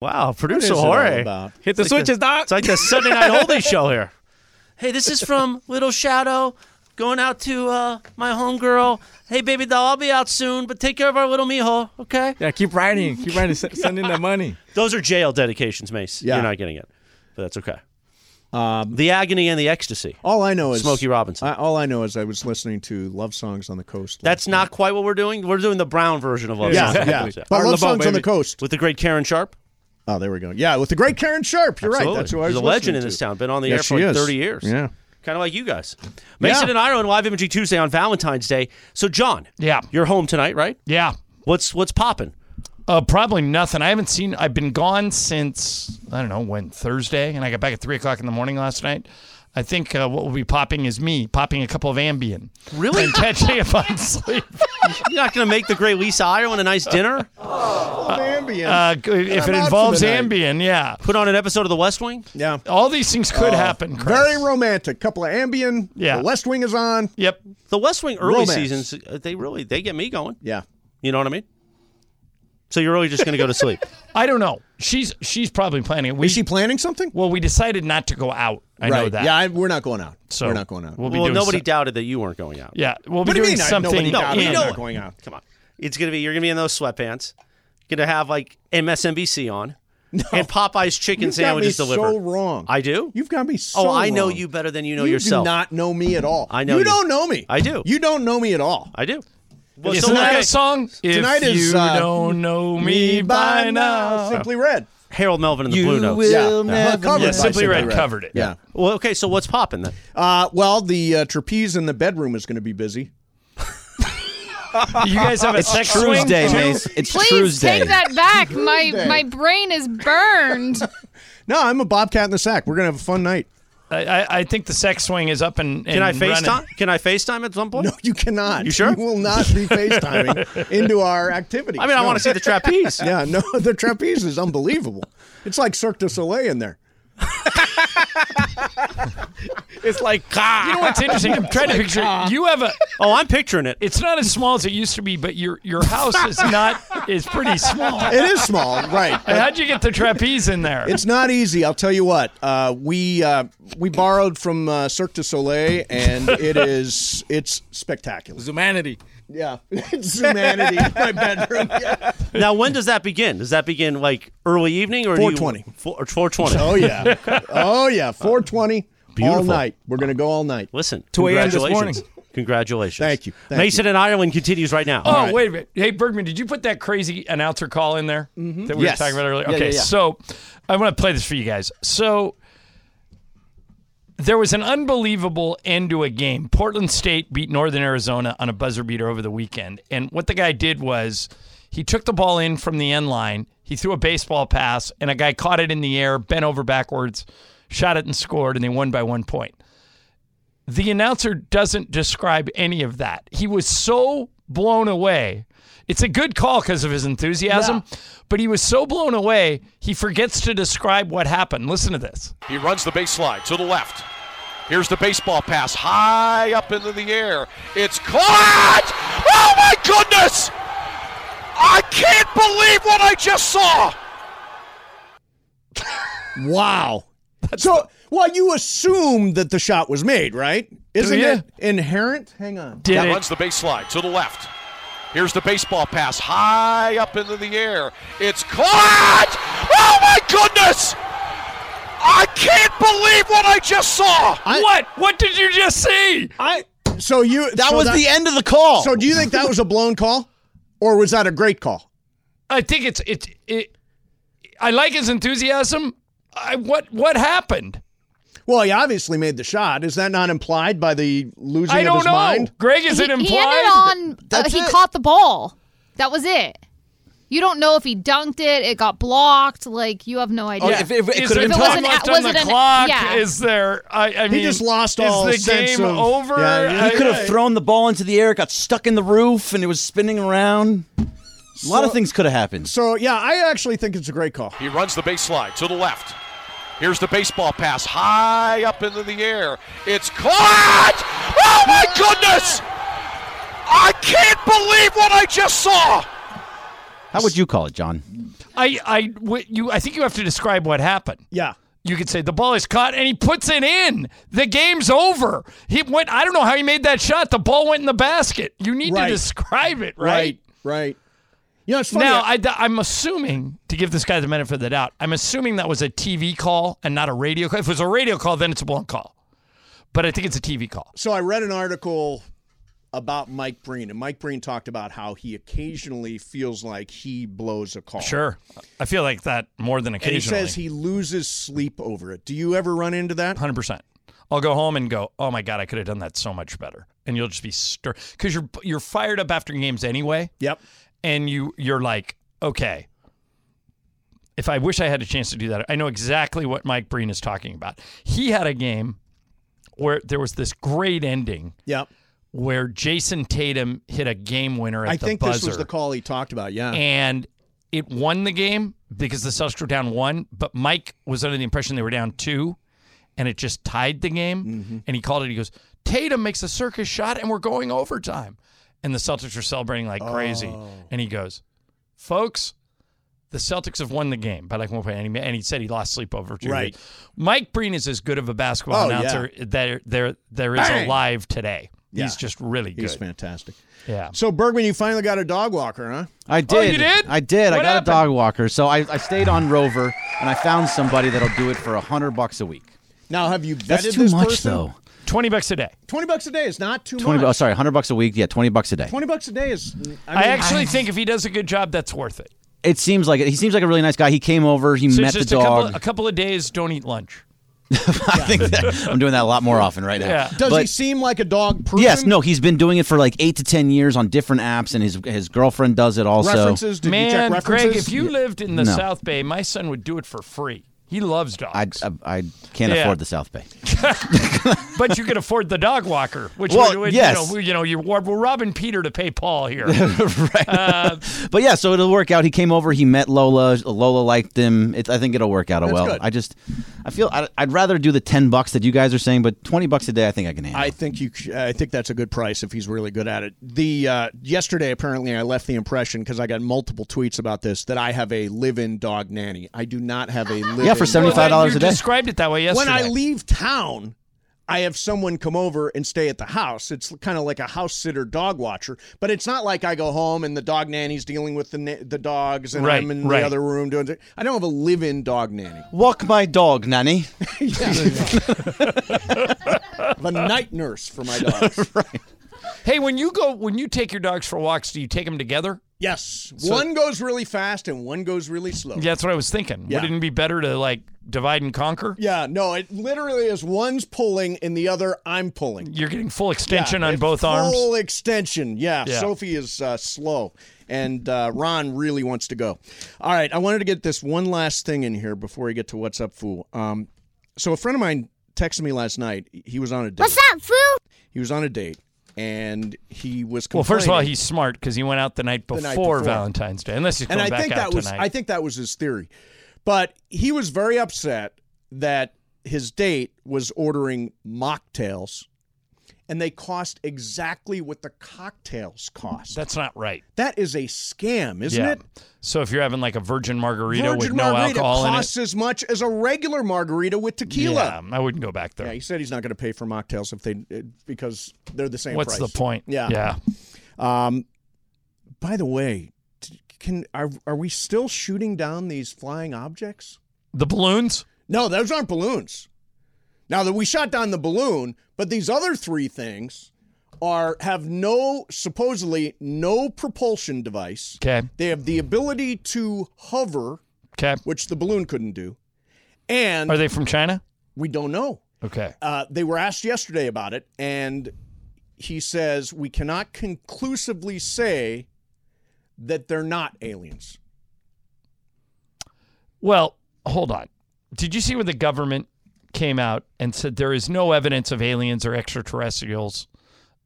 Wow, producer
is it all
Jorge.
about?
Hit the
It's like
switches,
the-
doc.
(laughs) It's like the Sunday Night Holding show here. Hey, this is from Little Shadow going out to uh, my homegirl. Hey, baby doll, I'll be out soon, but take care of our little mijo, okay?
Yeah, keep writing. Keep writing. S- Send in that money.
Those are jail dedications, Mace.
Yeah.
You're not getting it, but that's okay. the agony and the ecstasy.
All I know is
Smokey Robinson.
I, all I know is I was listening to love songs on the coast.
That's not quite what we're doing. We're doing the brown version of Love
Yeah,
Songs.
yeah. But Love Songs on the Coast.
With the great Karen Sharp.
Oh, there we go. Yeah, with the great Karen Sharp. You're
Absolutely.
right. That's who I was
She's a legend
listening
in this
to.
town. Been on the
Yes,
air for
she
like
is.
30 years.
Yeah.
Kind of like you guys. Mason and I are on Live Imaging Tuesday on Valentine's Day. So, John.
Yeah.
You're home tonight, right?
Yeah.
What's what's popping?
Uh, probably nothing. I haven't seen. I've been gone since I don't know when Thursday, and I got back at three o'clock in the morning last night. I think uh, what will be popping is me popping a couple of Ambien.
Really?
And catching up on
(laughs)
sleep.
You're not going to make the great Lisa Ireland a nice dinner?
Uh, g- if it involves Ambien, yeah.
Put on an episode of The West Wing?
Yeah.
All these things could
Oh,
happen. Chris.
Very romantic. Couple of Ambien.
Yeah.
The West Wing is on.
Yep.
The West Wing early
Romance.
seasons, uh, they really they get me going.
Yeah.
You know what I mean? So you're really just going to go to sleep.
I don't know. She's she's probably planning it. We,
Is she planning something?
well, we decided not to go out. I
right.
know that.
Yeah, I, we're not going out.
So
we're not going
(laughs)
out.
We'll be
well,
doing
nobody
some-
doubted that you weren't going out.
yeah, we'll be
What do you
doing
mean I-
something.
nobody doubted
in-
I'm not going out?
Come on. It's going to be, you're going to be in those sweatpants, going to have like MSNBC on, and Popeye's chicken
You've got me
sandwiches delivered.
so wrong.
I do?
You've got me so
oh, I know
wrong.
you better than you know
you
yourself.
do not know me at all.
I know
You,
you.
don't know me.
I do.
You don't know me at all.
I do. Well,
Isn't
so
that
okay.
a song?
Tonight
if
is,
you
uh,
don't
(laughs)
know me by now.
Simply Red.
Harold Melvin and the Blue Notes.
will
Yeah.
never Covered
Yeah,
by
Simply Red covered it.
Yeah.
Well, okay, so what's popping then?
Uh, well, the uh, trapeze in the bedroom is going to be busy.
You guys have a
It's
sex
True's
swing
Day,
too?
Mace. It's
Please
True's Day.
take that
(laughs)
back. my
Tuesday.
my brain is burned.
No, I'm a bobcat in the sack. We're going to have a fun night. (laughs)
I, I, I think the sex swing is up and, and
Can I
running.
FaceTime? Can I FaceTime at some point?
No, you cannot.
You sure?
You will not be FaceTiming into our activities.
I mean, I
No.
want to see the
(laughs)
trapeze.
Yeah, no, the trapeze is unbelievable. It's like Cirque du Soleil in there.
It's like God.
ah.
You know what's interesting? I'm
(laughs)
trying to
Oh
picture. You have a.
Oh, I'm picturing it.
It's not as small as it used to be, but your your house is not. is pretty small.
(laughs) It
(laughs)
is small, right?
And how'd you get the trapeze in there?
It's not easy. I'll tell you what. Uh, we uh, we borrowed from uh, Cirque du Soleil, and it is it's spectacular.
Humanity.
Yeah, (laughs) it's humanity. my bedroom. Yeah.
now, when does that begin? Does that begin like early evening or do you-
4:20.
Four- or 420?
Oh yeah. Oh yeah. Four twenty. All
Beautiful.
night. We're gonna go all night.
Listen,
2 a.m. this
congratulations.
morning.
Congratulations.
Thank you. Thank
Mason and Ireland continues right now.
Oh, wait a minute. Hey, Bergman, did you put that crazy announcer call in there that we
Yes.
were talking about earlier?
Yeah,
okay,
yeah, yeah.
so I want to play this for you guys. So there was an unbelievable end to a game. Portland State beat Northern Arizona on a buzzer beater over the weekend. And what the guy did was he took the ball in from the end line, he threw a baseball pass, and a guy caught it in the air, bent over backwards, shot it and scored, and they won by one point the announcer doesn't describe any of that. He was so blown away. It's a good call because of his enthusiasm, but he was so blown away, he forgets to describe what happened. Listen to this.
He runs the baseline to the left. Here's the baseball pass high up into the air. It's caught! Oh my goodness! I can't believe what I just saw!
Wow. so, well, you assume that the shot was made, right? Isn't
ya?
it inherent? Hang on.
Did
He
it?
runs the baseline to the left. Here's the baseball pass high up into the air. It's caught! Oh my goodness! I can't believe what I just saw!
I-
what? What did you just see?
I. So you.
That was the end of the call.
So do you think that was a blown call, or was that a great call?
I think it's it's it. I like his enthusiasm. I, what what happened?
Well, he obviously made the shot. Is that not implied by the losing
I
of
don't
his
know.
mind?
Greg, is it
he
implied?
ended on. Uh,
That's
he
it.
caught the ball. That was it. You don't know if he dunked it. It got blocked. Like you have no idea.
Yeah. Oh, if- if it could've
is there
been
time
blocked.
left
Was it
on the
an-
clock?
yeah.
Is there? I, I mean,
just lost
is
all
the
sense
game
of-
over?
Yeah, yeah.
I-
He could
I-
have thrown the ball into the air, got stuck in the roof, and it was spinning around. A lot of things could have happened.
So yeah, I actually think it's a great call.
He runs the baseline to the left. Here's the baseball pass high up into the air. It's caught! Oh my goodness! I can't believe what I just saw!
How would you call it, John?
I, I, what you, I think you have to describe what happened.
Yeah.
you could say the ball is caught and he puts it in. The game's over. He went. I don't know how he made that shot. The ball went in the basket. You need
Right.
to describe it, right?
Right. Right. You know, it's funny.
Now, I, I'm assuming to give this guy the benefit of the doubt. I'm assuming that was a TV call and not a radio call. If it was a radio call, then it's a blunt call. But I think it's a TV call.
So I read an article about Mike Breen, and Mike Breen talked about how he occasionally feels like he blows a call.
Sure, I feel like that more than
And he
occasionally.
says he loses sleep over it. Do you ever run into that?
Hundred percent. I'll go home and go, oh my god, I could have done that so much better. And you'll just be stir because you're you're fired up after games anyway.
Yep.
And you you're like, okay, if I wish I had a chance to do that, I know exactly what Mike Breen is talking about. He had a game where there was this great ending.
Yep.
Where Jason Tatum hit a game winner at
I
the
think
buzzer
this was the call he talked about. Yeah.
and it won the game because the Celtics were down one. But Mike was under the impression they were down two, and it just tied the game.
Mm-hmm.
And he called it. He goes, Tatum makes a circus shot, and we're going overtime. And the Celtics are celebrating like crazy.
Oh.
And he goes, folks. The Celtics have won the game by like one point, and he, and he said he lost sleep over two.
Right.
Mike Breen is as good of a basketball
Oh, yeah.
announcer there there there is
Bang!
alive today.
Yeah.
He's just really good.
He's fantastic.
Yeah.
So Bergman, you finally got a dog walker, huh?
I did.
Oh, you did?
I did. I
What
got
happened?
a dog walker. So I, I stayed on Rover and I found somebody that'll do it for a hundred bucks a week.
Now, have you vetted
That's too
this
much
person?
though.
Twenty bucks a day.
Twenty bucks a day is not too
Twenty.
much.
bu- Oh, sorry, hundred bucks a week. Yeah, twenty bucks a day.
Twenty bucks a day is. I,
I,
mean,
actually think if he does a good job, that's worth it.
It seems like it. He seems like a really nice guy. He came over. He
So
met the
just a couple,
dog. (laughs)
a couple of days, don't eat lunch.
I think that, I'm doing that a lot more often right now.
Yeah.
Does
But-
he seem like a dog? Person?
Yes, no, he's been doing it for like eight to ten years on different apps, and his his girlfriend does it also.
References? Did you check
Man,
references?
Greg, if you lived in the
No.
South Bay, my son would do it for free. He loves
I, uh,
dogs,
I, I can't
Yeah.
afford the South Bay.
(laughs)
(laughs)
but you could afford the dog walker, which
Well,
would, would,
yes.
you know, we- you know, you're, we're robbing Peter to pay
(laughs)
Paul here. right. Um,
But yeah, so it'll work out. He came over. He met Lola. Lola liked him. It, I think it'll work out well.
good.
I just, I feel I, I'd rather do the ten bucks that you guys are saying, but twenty bucks a day, I think I can handle.
I think you. c- I think that's a good price if he's really good at it. The uh, yesterday, apparently, I left the impression because I got multiple tweets about this that I have a live-in dog nanny. I do not have a live-in.
for $75 a day.
You described it that way yesterday.
When I leave town, I have someone come over and stay at the house. It's kind of like a house sitter, dog watcher, but it's not like I go home and the dog nanny's dealing with the na- the dogs and
Right,
I'm in
right.
the other room doing. th- I don't have a live-in dog nanny.
Walk my dog, nanny.
I
(laughs)
have a night nurse for my dogs.
hey, when you go, when you take your dogs for walks, do you take them together?
Yes, one goes really fast and one goes really slow.
Yeah, that's what I was thinking.
Yeah.
Wouldn't it be better to like divide and conquer?
Yeah, no, it literally is one's pulling and the other I'm pulling.
You're getting full extension
Yeah,
on
it-
both arms.
Full extension. Yeah,
Yeah.
Sophie is uh, slow, and uh, Ron really wants to go. All right, I wanted to get this one last thing in here before we get to what's up, fool. Um, so a friend of mine texted me last night. He was on a date. What's up, fool? He was on a date, and he was
Well,
complaining.
first of all, he's smart because he went out the night before,
night before.
Valentine's Day, unless he's
and
going
I
back
think
out
that was
tonight.
I think that was his theory, but he was very upset that his date was ordering mocktails, and they cost exactly what the cocktails cost.
That's not right.
that is a scam, isn't
yeah.
it?
So if you're having like a virgin margarita with
Virgin
no
margarita
alcohol in it,
costs as much as a regular margarita with
yeah,
tequila.
I wouldn't go back
Yeah,
there.
he said he's not going to pay for mocktails if they eh, because they're the same.
What's
price.
the point?
Yeah.
Yeah.
Um, by the way, t- can are are we still shooting down these flying objects?
The balloons.
No, those aren't balloons. Now that we shot down the balloon, but these other three things are have no supposedly no propulsion device.
Okay.
They have the ability to hover,
Okay.
which the balloon couldn't do, and
Are they from China?
we don't know.
Okay.
Uh, they were asked yesterday about it, and he says we cannot conclusively say that they're not aliens.
Well, hold on. Did you see where the government came out and said there is no evidence of aliens or extraterrestrials,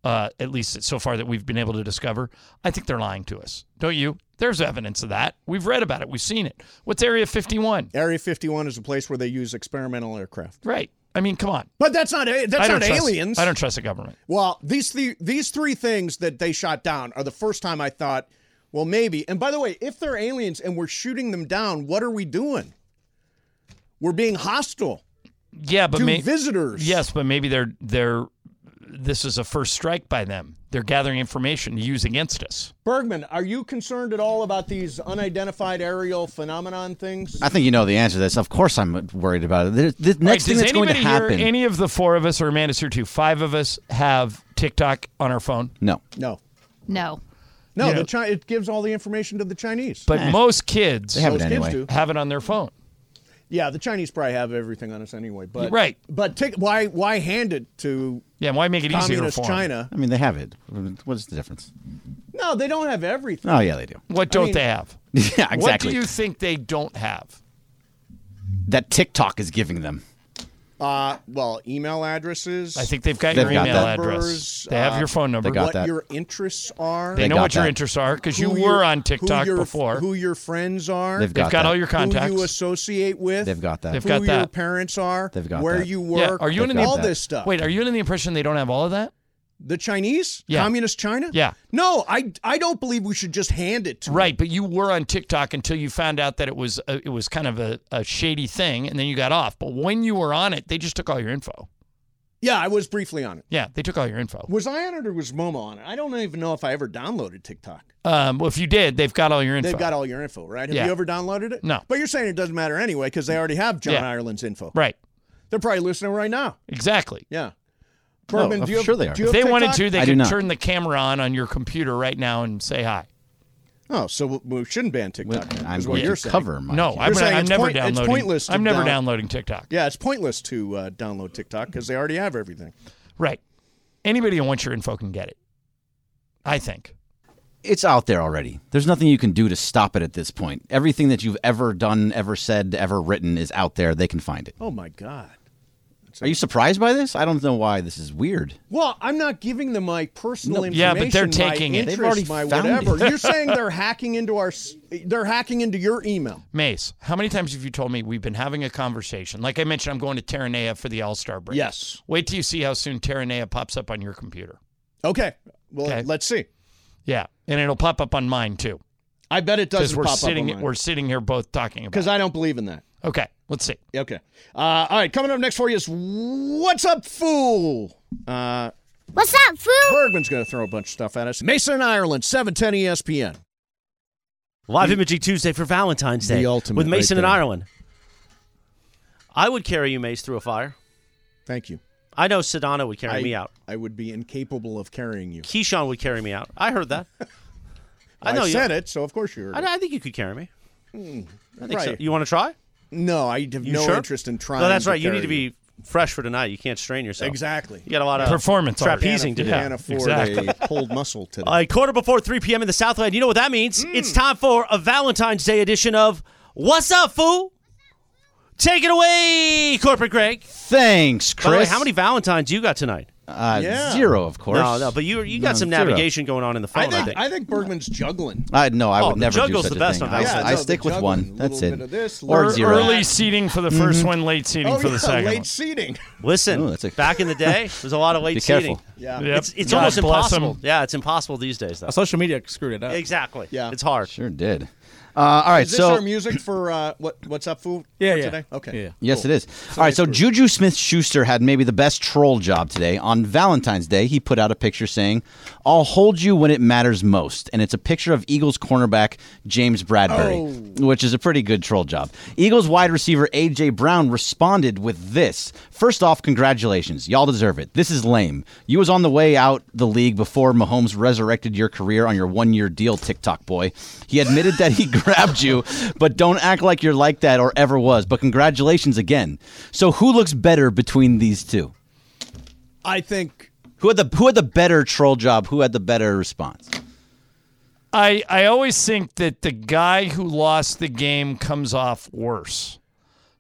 uh, at least so far that we've been able to discover? I think they're lying to us, don't you? There's evidence of that. We've read about it. We've seen it. What's Area 51?
Area 51 is a place where they use experimental aircraft,
Right. I mean, come on.
but that's not a-
I
that's
don't
not
trust,
aliens.
I don't trust the government.
Well, these three these three things that they shot down are the first time I thought, well, maybe. And by the way, if they're aliens and we're shooting them down, what are we doing? We're being hostile.
Yeah, but
to
may-
visitors.
Yes, but maybe they're they're this is a first strike by them. They're gathering information to use against us.
Bergman, are you concerned at all about these unidentified aerial phenomenon things?
I think you know the answer to this. Of course, I'm worried about it. The, the next
All
thing that's
right, does
going to
anybody here-
happen.
any of the four of us, or Amanda's here too, five of us have TikTok on our phone?
No.
No.
No.
No,
Yeah.
the Chi- it gives all the information to the Chinese.
But most kids
They have it Most kids anyway. do.
have it on their phone.
yeah, the Chinese probably have everything on us anyway. But
Right.
But tick why why hand it to
Yeah, why make it easier
communist
for 'em?
China?
I mean, they have it. What is the difference?
No, they don't have everything.
Oh yeah, they do.
What don't they have?
(laughs) yeah,
What do
exactly.
you think they don't have?
that TikTok is giving them.
Uh, well, email addresses.
I think they've got your email address. They have your phone number. They got
uh, what
that.
your interests are.
They They know got what your that. interests are, 'cause you
Who
were
your-
on
who
TikTok
your-
before.
Who your friends are.
They've got They've got that. all
your
Who
contacts.
you associate with.
They've got that. They've
who
got
your
that.
parents are.
They've got
where
that.
you
Yeah,
work.
are you under the
all this stuff?
Wait, are you under the impression they don't have all of that?
The Chinese?
Yeah.
Communist China?
Yeah.
No, I I don't believe we should just hand it to
Right, but you were on TikTok until you found out that it was a, it was kind of a, a shady thing, and then you got off. But when you were on it, they just took all your info.
Yeah, I was briefly on it.
Yeah, they took all your info.
Was I on it or was Momo on it? I don't even know if I ever downloaded TikTok.
Um, well, if you did, they've got all your info.
They've got all your info, right? Have
Yeah.
you ever downloaded it?
No.
But you're saying it doesn't matter anyway because they already have John
Yeah.
Ireland's info.
right.
They're probably listening right now.
Exactly.
Yeah.
No,
Bergman,
I'm
do you have,
sure they are.
Do you
If
have
they wanted
TikTok?
to, they
I do
could
not.
turn the camera on on your computer right now and say hi.
Oh, so we- we shouldn't ban TikTok. then,
I'm
is what
going
you're
to
saying.
cover my.
No,
You're
I'm, gonna-
saying
I'm
it's
never
point- it's
downloading.
pointless to
I'm never
down-
downloading TikTok.
Yeah, it's pointless to uh, download TikTok because they already have everything.
Right. Anybody who wants your info can get it. I think.
It's out there already. There's nothing you can do to stop it at this point. Everything that you've ever done, ever said, ever written is out there. They can find it.
Oh my God.
Are you surprised by this? I don't know why this is weird.
Well, I'm not giving them my personal
No,
information.
yeah, but they're
my
taking it. They've
interest,
already
my
found it.
whatever. You're saying they're hacking into our. s- They're hacking into your email.
Mace, how many times have you told me we've been having a conversation? Like I mentioned, I'm going to Terranea for the All Star break.
Yes.
Wait till you see how soon Terranea pops up on your computer.
Okay. Well, let's see.
Yeah, and it'll pop up on mine too.
I bet it
Because
doesn't
we're
pop
sitting,
up.
we're sitting here both talking about.
Because I don't believe in that.
it. Okay, let's see.
Okay. Uh, all right. Coming up next for you is what's up, fool. Uh,
what's up, fool?
Bergman's going to throw a bunch of stuff at us. Mason, Ireland, seven ten E ESPN.
Live Imaging Tuesday for Valentine's
The
Day
ultimate
with
right
Mason and
there.
Ireland. I would carry you, Mace, through a fire.
Thank you.
I know Sedano would carry
I-
me out.
I would be incapable of carrying you.
Keyshawn would carry me out. I heard
(laughs)
that. I know you-
said it, so of course you heard it.
I, I think you could carry me. I think so.
Right.
You want to try?
No, I have
You
no
sure?
interest in trying.
No, that's
to
right. You need
carry
to be fresh for tonight. You can't strain yourself.
Exactly.
You got a lot of
Performance art.
trapezing to do.
Can't afford (laughs) a pulled muscle today.
A quarter before 3 p.m. in the Southland. You know what that means?
Mm.
It's time for a Valentine's Day edition of What's Up, Fool? Take it away, Corporate Greg.
Thanks, Chris.
By the way, how many Valentines you got tonight?
Uh, Zero, of course.
No, no, but you you got
No,
some
zero.
navigation going on in the phone.
I
I
think, I
think.
think Bergman's juggling.
I no, I
Oh,
would
the
never do
juggle's
such a
the best
thing.
on
I,
Valentine's.
I
Yeah, no,
stick
the
with one.
juggling,
That's
little
it.
bit of this,
or
little-
zero.
Early seating for the 1st
Mhm.
one, late seating
oh,
for
yeah,
the second
late
one.
seating.
Listen,
Oh, that's a-
back in
(laughs)
the day, there's a lot of late
Be
seating.
careful.
Yeah.
Yep.
It's, it's
God
almost
bless 'em.
impossible. Yeah, it's impossible these days,
(laughs)
though.
Social media screwed it up.
Exactly.
Yeah.
It's hard.
Sure did. Uh, all right,
Is this
so
our music for uh, what? What's up, fool?
Yeah,
for
yeah.
Today? Okay.
Yeah.
Yes, it is. All right, so Juju Smith Schuster had maybe the best troll job today. On Valentine's Day, he put out a picture saying, I'll hold you when it matters most. And it's a picture of Eagles cornerback James Bradbury, which is a pretty good troll job. Eagles wide receiver A.J. Brown responded with this First off, congratulations. Y'all deserve it. This is lame. You was on the way out the league before Mahomes resurrected your career on your one year deal, TikTok boy. He admitted that he (laughs) grabbed you, but don't act like you're like that or ever was. But congratulations again. So who looks better between these two?
I think
Who had the who had the better troll job? Who had the better response?
I I always think that the guy who lost the game comes off worse.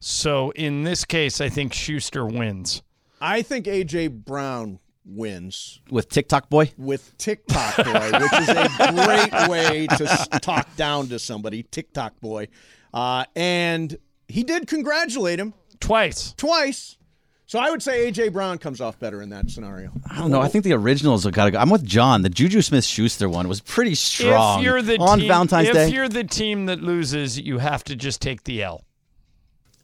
So in this case, I think Schuster wins.
I think AJ Brown wins
With TikTok boy?
with TikTok Boy, which is a great way to s- talk down to somebody. TikTok Boy, uh, and he did congratulate him
twice.
Twice. So I would say AJ Brown comes off better in that scenario.
I don't know. I think the originals have got to go. I'm with John. The Juju Smith Schuster one was pretty strong
If you're the
on
team,
Valentine's
if
Day.
you're the team that loses, you have to just take the L.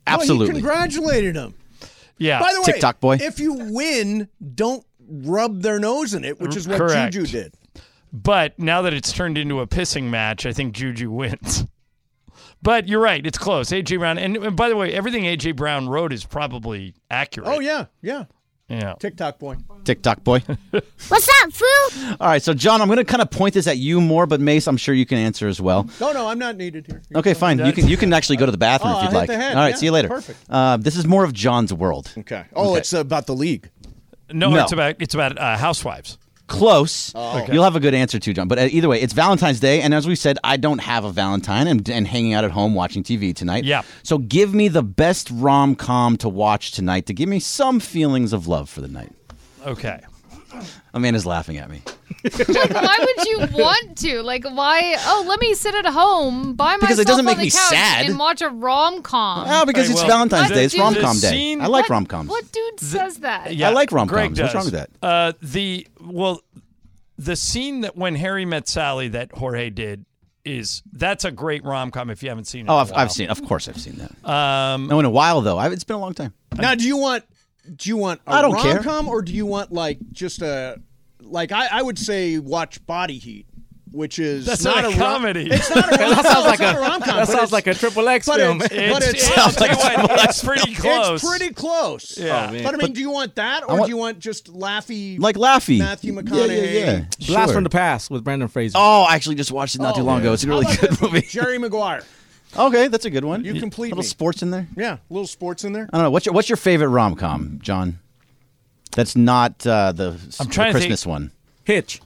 Well, he congratulated him.
Yeah.
By the way,
Uh, TikTok boy.
If you win, don't rub their nose in it, which is what
Correct.
Juju did.
But now that it's turned into a pissing match, I think Juju wins. (laughs) But you're right; it's close. AJ Brown, and, and by the way, everything AJ Brown wrote is probably accurate.
Oh yeah, yeah.
Yeah.
TikTok boy.
TikTok boy.
What's up, fool?
All right, so John, I'm going to kind of point this at you more, but Mace, I'm sure you can answer as well.
No, no, I'm not needed here.
Okay, fine. You can you can actually go to the bathroom
Oh,
if
I
you'd
hit
like.
the head.
All right,
Yeah,
see you later.
perfect.
Uh, this is more of John's world.
Okay. Oh, it's about the league.
No,
No.
it's about it's about uh, housewives.
Close.
Oh. Okay.
You'll have a good answer too, John. But uh, either way, it's Valentine's Day, and as we said, I don't have a Valentine, and, and hanging out at home watching TV tonight.
Yeah.
So give me the best rom com to watch tonight to give me some feelings of love for the night.
Okay.
Amanda's laughing at me.
Like, (laughs) why would you want to? Like, why? Oh, let me sit at home by myself
Because it doesn't
on
make
the
me
couch
sad.
and watch a rom com.
Oh, because it's Valentine's Day. It's rom com day. I like rom coms.
What dude says that?
I like rom-coms.
Greg
What's wrong
does.
with that?
Uh, the well, the scene that when Harry met Sally that Jorge did is that's a great rom com if you haven't seen it.
Oh,
in a
I've,
while.
I've seen. Of course, I've seen that.
Um,
no, in a while though. I've, it's been a long time.
Now, do you want do you want a
I don't care.
rom com or do you want like just a like I, I would say watch Body Heat, which is
That's
not,
not a
a rom-
comedy.
It's not a
(laughs) That
rom com.
sounds like
not
a-
a rom com.
that sounds like a
triple X
but
film.
It's,
(laughs)
but
It's-
it's,
it sounds like a triple X
it's
pretty close.
It's pretty close.
Yeah. Oh, man.
but I mean,
But-
do you want that
I
or
want-
do you want just laughy
Like Laffy.
Matthew
Yeah,
McConaughey?
Yeah, yeah, yeah.
Blast from the Past with Brandon Fraser.
Oh, I actually just watched it not too long ago. It's a really
How about
good
this
movie.
(laughs)
(laughs)
Jerry Maguire.
Okay, that's a good one.
You complete
little
me.
sports in there.
Yeah, little sports in there.
I don't know. What's your What's your favorite rom com, John? That's not uh, the, s-
I'm
the
trying to
Christmas
think.
one.
Hitch.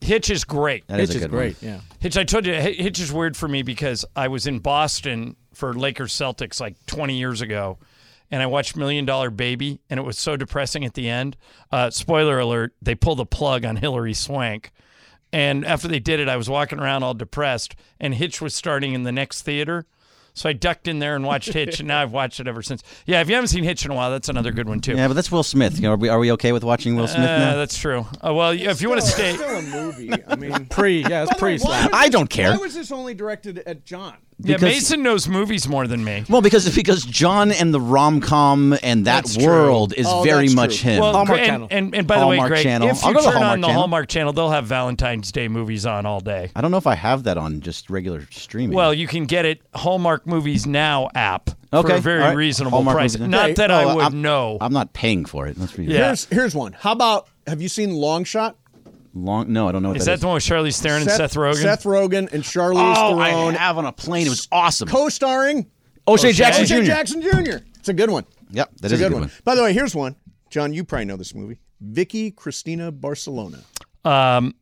Hitch is great.
That is Hitch a is good one. great,
yeah.
Hitch, I told you, Hi- Hitch is weird for me because I was in Boston for Lakers Celtics like 20 years ago, and I watched Million Dollar Baby, and it was so depressing at the end. Uh, spoiler alert: they pull the plug on Hillary Swank. And after they did it, I was walking around all depressed, and Hitch was starting in the next theater. So I ducked in there and watched Hitch, and now I've watched it ever since. Yeah, if you haven't seen Hitch in a while, that's another good one too.
Yeah, but that's Will Smith. You know, Are we Are we okay with watching Will Smith
Uh,
now?
that's true. Uh, well, if you want to stay,
Still a (laughs) movie. I mean,
Pre, yeah, it's pre
why
slap.
was
I
this-
don't care.
Why was this only directed at John?
yeah,
because-
Mason knows movies more than me.
Well, because because John and the rom com and that
That's true.
world is
Oh,
very
that's
much
true.
him.
Well, and, And, and by the way,
Hallmark
Greg,
Channel.
if
I'll
you
go to
turn
Hallmark
on the
Channel.
Hallmark Channel, they'll have Valentine's Day movies on all day.
I don't know if I have that on just regular streaming.
Well, you can get it Hallmark Movies Now app for
okay,
a very
all right.
reasonable
Hallmark
price.
movies.
Not
Okay.
that
Oh,
I would
I'm-
know.
I'm not paying for it. Let's be
Yeah.
Here's here's one. How about have you seen Long Shot?
long. No, I don't know what
Is that
is.
the one with Charlize Theron and Seth Rogen?
Seth Rogen and Charlize
Oh, I
Theron.
have on a plane. It was awesome.
Co-starring
O'Shea Jackson
O'Shea
Jr.
Jackson Jr. It's a good one.
Yep, that
it's
is
a good one. By the way, here's one. John, you probably know this movie. Vicky Cristina Barcelona.
um,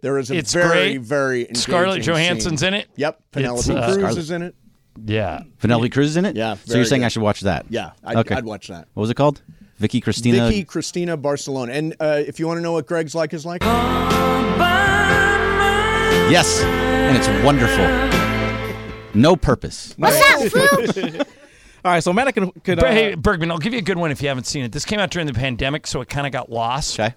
There is a
it's
very,
great.
very engaging
Scarlett Johansson's
scene.
in it.
Yep. Penelope
It's, uh,
Cruz
Scarlett.
is in it.
Yeah.
Penelope Cruz is in it.
Yeah,
So you're
very
saying
good.
I should watch that?
Yeah, I'd- I'd watch that.
What was it called? Vicky Christina.
Vicky Cristina Barcelona. And uh, if you want to know what Greg's like is like,
Yes, and it's wonderful. No purpose.
All right, so Amanda can, could
Ber- hey,
uh,
Bergman, I'll give you a good one if you haven't seen it. This came out during the pandemic, so it kind of got lost.
Okay.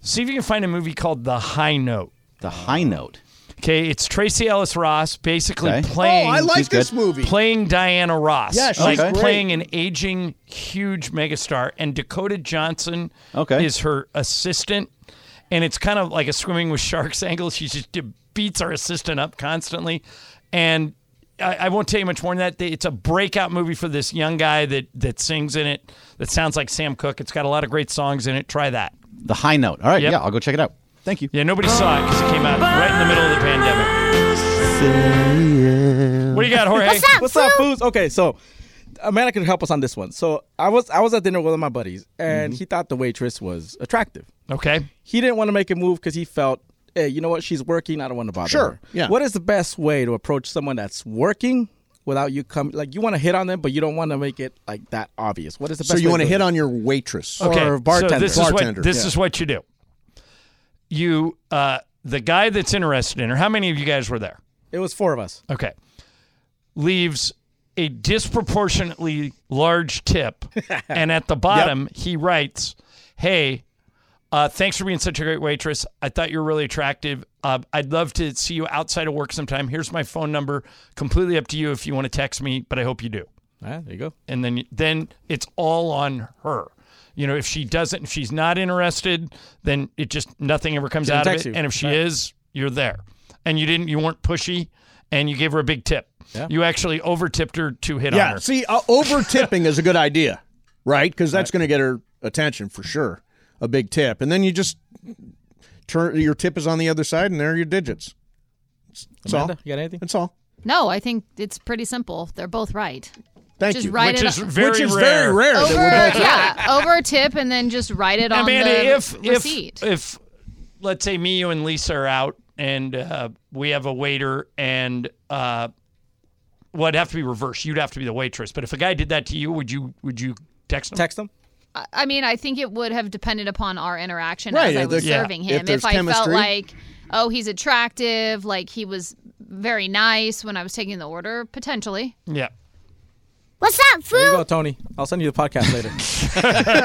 See if you can find a movie called The High Note.
The High Note.
Okay, it's Tracy Ellis Ross basically
Okay.
playing.
Oh, I like She's this good. movie.
Playing Diana Ross.
Yeah, she's
like
Okay. great.
playing an aging, huge megastar, and Dakota Johnson
Okay.
is her assistant, and it's kind of like a swimming with sharks (laughs) angle. She just de- beats her assistant up constantly, and. I I won't tell you much more than that. It's a breakout movie for this young guy that, that sings in it that sounds like Sam Cooke. It's got a lot of great songs in it. Try that.
The High Note. All right,
Yep.
yeah, I'll go check it out. Thank you.
Yeah, nobody saw it because it came out right in the middle of the pandemic. What do you got, Jorge?
What's up, fools? Okay, so Amanda could help us on this one. So I was I was at dinner with one of my buddies, and
Mm-hmm.
he thought the waitress was attractive.
Okay.
He didn't want to make a move because he felt, hey, you know what? She's working. I don't want to bother
Sure,
her.
yeah.
What is the best way to approach someone that's working without you come like you want to hit on them, but you don't want to make it like that obvious? What is the best?
so you
way
want to
do
hit
it?
on your waitress
Okay.
or bartender?
So this is
bartender.
what this
Yeah.
is what you do. You uh, the guy that's interested in her. How many of you guys were there?
It was four of us.
Okay, leaves a disproportionately large
(laughs)
tip, and at the bottom he writes, "Hey." Uh, thanks for being such a great waitress. I thought you were really attractive. Uh, I'd love to see you outside of work sometime. Here's my phone number. Completely up to you if you want to text me, but I hope you do.
there you go.
And then then it's all on her. You know, if she doesn't, if she's not interested, then it just nothing ever comes
She didn't
out of it.
text you.
And if she
Right.
is, you're there. And you didn't, you weren't pushy, and you gave her a big tip.
Yeah.
You actually over tipped her to hit on
yeah,
her.
see, uh, over tipping is a good idea, right? Because that's going to get her attention for sure. A big tip, and then you just turn your tip is on the other side, and there are your digits. That's all.
Amanda, you got anything?
That's all.
No, I think it's pretty simple. They're both right.
Thank
just
you.
Write it on-
Which is very rare that
Over,
we're both right. (laughs)
yeah, over a tip and then just write it on
Amanda,
the
if
receipt.
if if let's say me, you, and Lisa are out, and uh, we have a waiter, and uh, well, it'd have to be reversed. You'd have to be the waitress. But if a guy did that to you, would you would you text him?
Text him.
I- I mean, I think it would have depended upon our interaction
Right,
as I
if
was
there-
serving
yeah, if
him. If,
there's
I felt
chemistry.
like, oh, he's attractive, like he was very nice when I was taking the order, potentially.
Yeah.
What's up,
There you go, Tony. I'll send you the podcast
(laughs)
later.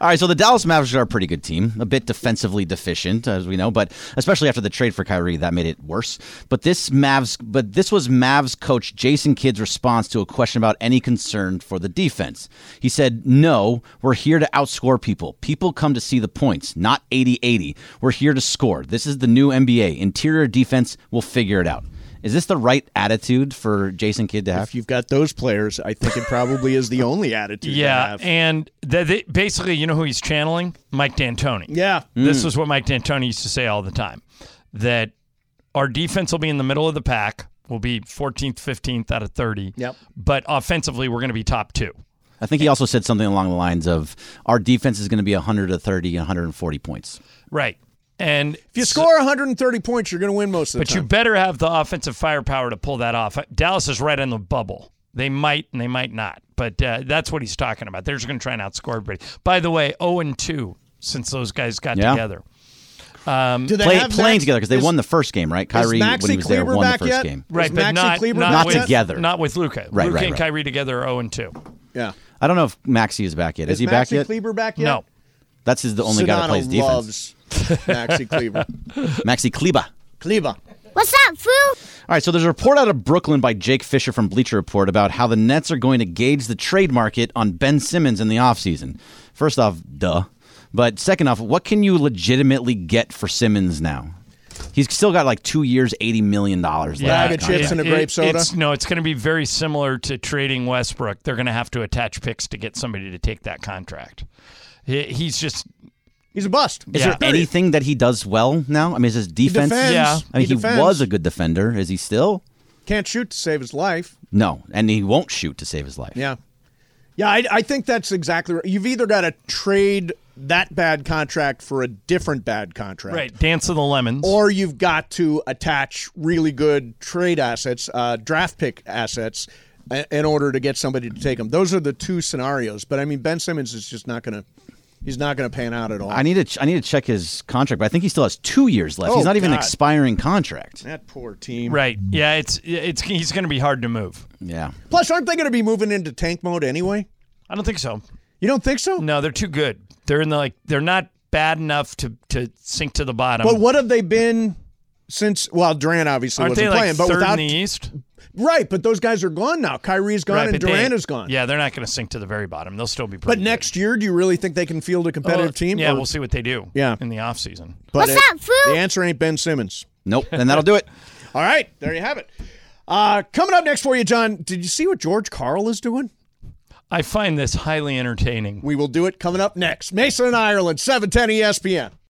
All right, so the Dallas Mavericks are a pretty good team, a bit defensively deficient, as we know, but especially after the trade for Kyrie, that made it worse. But this Mavs, but this was Mavs coach Jason Kidd's response to a question about any concern for the defense. He said, "No, we're here to outscore people. People come to see the points, not 80-80. We're here to score. This is the new NBA. Interior defense will figure it out." Is this the right attitude for Jason Kidd to have? If
you've got those players, I think it probably is the only attitude.
Yeah, and that they, basically, you know who he's channeling? Mike D'Antoni.
Yeah,
this
Mm.
is what Mike D'Antoni used to say all the time: that our defense will be in the middle of the pack, will be 14th, 15th out of 30. Yep. But offensively, we're going to be top two.
I think he also said something along the lines of, "Our defense is going to be 100 to 30, 140 points."
Right. And
if you score 130 points, you're going to win most of the
But you
time.
better have the offensive firepower to pull that off. Dallas is right on the bubble. They might and they might not, but uh, that's what he's talking about. They're just going to try and outscore everybody. By the way, 0 and 2 since those guys got
Yeah.
together. Um,
Do
Play, playing together because they won the first game, right? Kyrie, when he was there, won the first game.
Right, but not, not,
not
with,
together.
Not with Luca.
Right,
Luca
right,
and
right.
Kyrie together are 0 and 2.
Yeah.
I don't know if Maxi is back yet. Is,
Is
he back
Maxi
yet?
Kleber back
yet? No.
That's his, the only guy that
Sedano
plays defense.
loves Maxi Kleber.
(laughs) Maxi Kleba.
Kleba.
What's up, fool?
All right, so there's a report out of Brooklyn by Jake Fisher from Bleacher Report about how the Nets are going to gauge the trade market on Ben Simmons in the offseason. First off, duh. But second off, what can you legitimately get for Simmons now? He's still got like two years, $80 million left. in his contract.
It- it- It's, no, it's going to be very similar to trading Westbrook. They're going to have to attach picks to get somebody to take that contract. He- he's just
he's a bust.
Is there anything that he does well now? I mean, is his defense?
defends. Yeah.
I mean,
He
he,
defends.
was a good defender. Is he still?
Can't shoot to save his life.
No, and he won't shoot to save his life.
Yeah. Yeah, I, I think that's exactly right. You've either got to trade that bad contract for a different bad contract.
right. Dance of the lemons.
Or you've got to attach really good trade assets, uh, draft pick assets, a- in order to get somebody to take them. Those are the two scenarios. But I mean, Ben Simmons is just not going to. He's not going to pan out at all.
I need to. ch- I need to check his contract, but I think he still has two years left.
Oh,
He's not even
God.
an expiring contract.
that poor team.
Right. Yeah. It's it's he's going to be hard to move.
Yeah.
Plus, aren't they going to be moving into tank mode anyway?
I don't think so.
You don't think so?
No, they're too good. They're in the like they're not bad enough to to sink to the bottom.
But what have they been since? Well, Durant obviously
Aren't
wasn't
they like
playing, but
third
without
in the East?
right. But those guys are gone now. Kyrie's gone
Right,
and
but they-
Durant is gone.
Yeah, they're not going to sink to the very bottom. They'll still be
But
pretty.
next year, do you really think they can field a competitive
Well,
team?
Oh, Yeah,
Or-
we'll see what they do.
Yeah.
in the offseason.
But
What's
it-
up, fool?
The answer ain't Ben Simmons.
Nope. Then that'll do it.
All right, there you have it. Uh, coming up next for you, John. Did you see what George Carl is doing?
I find this highly entertaining.
We will do it coming up next. Mason and Ireland, seven ten E ESPN.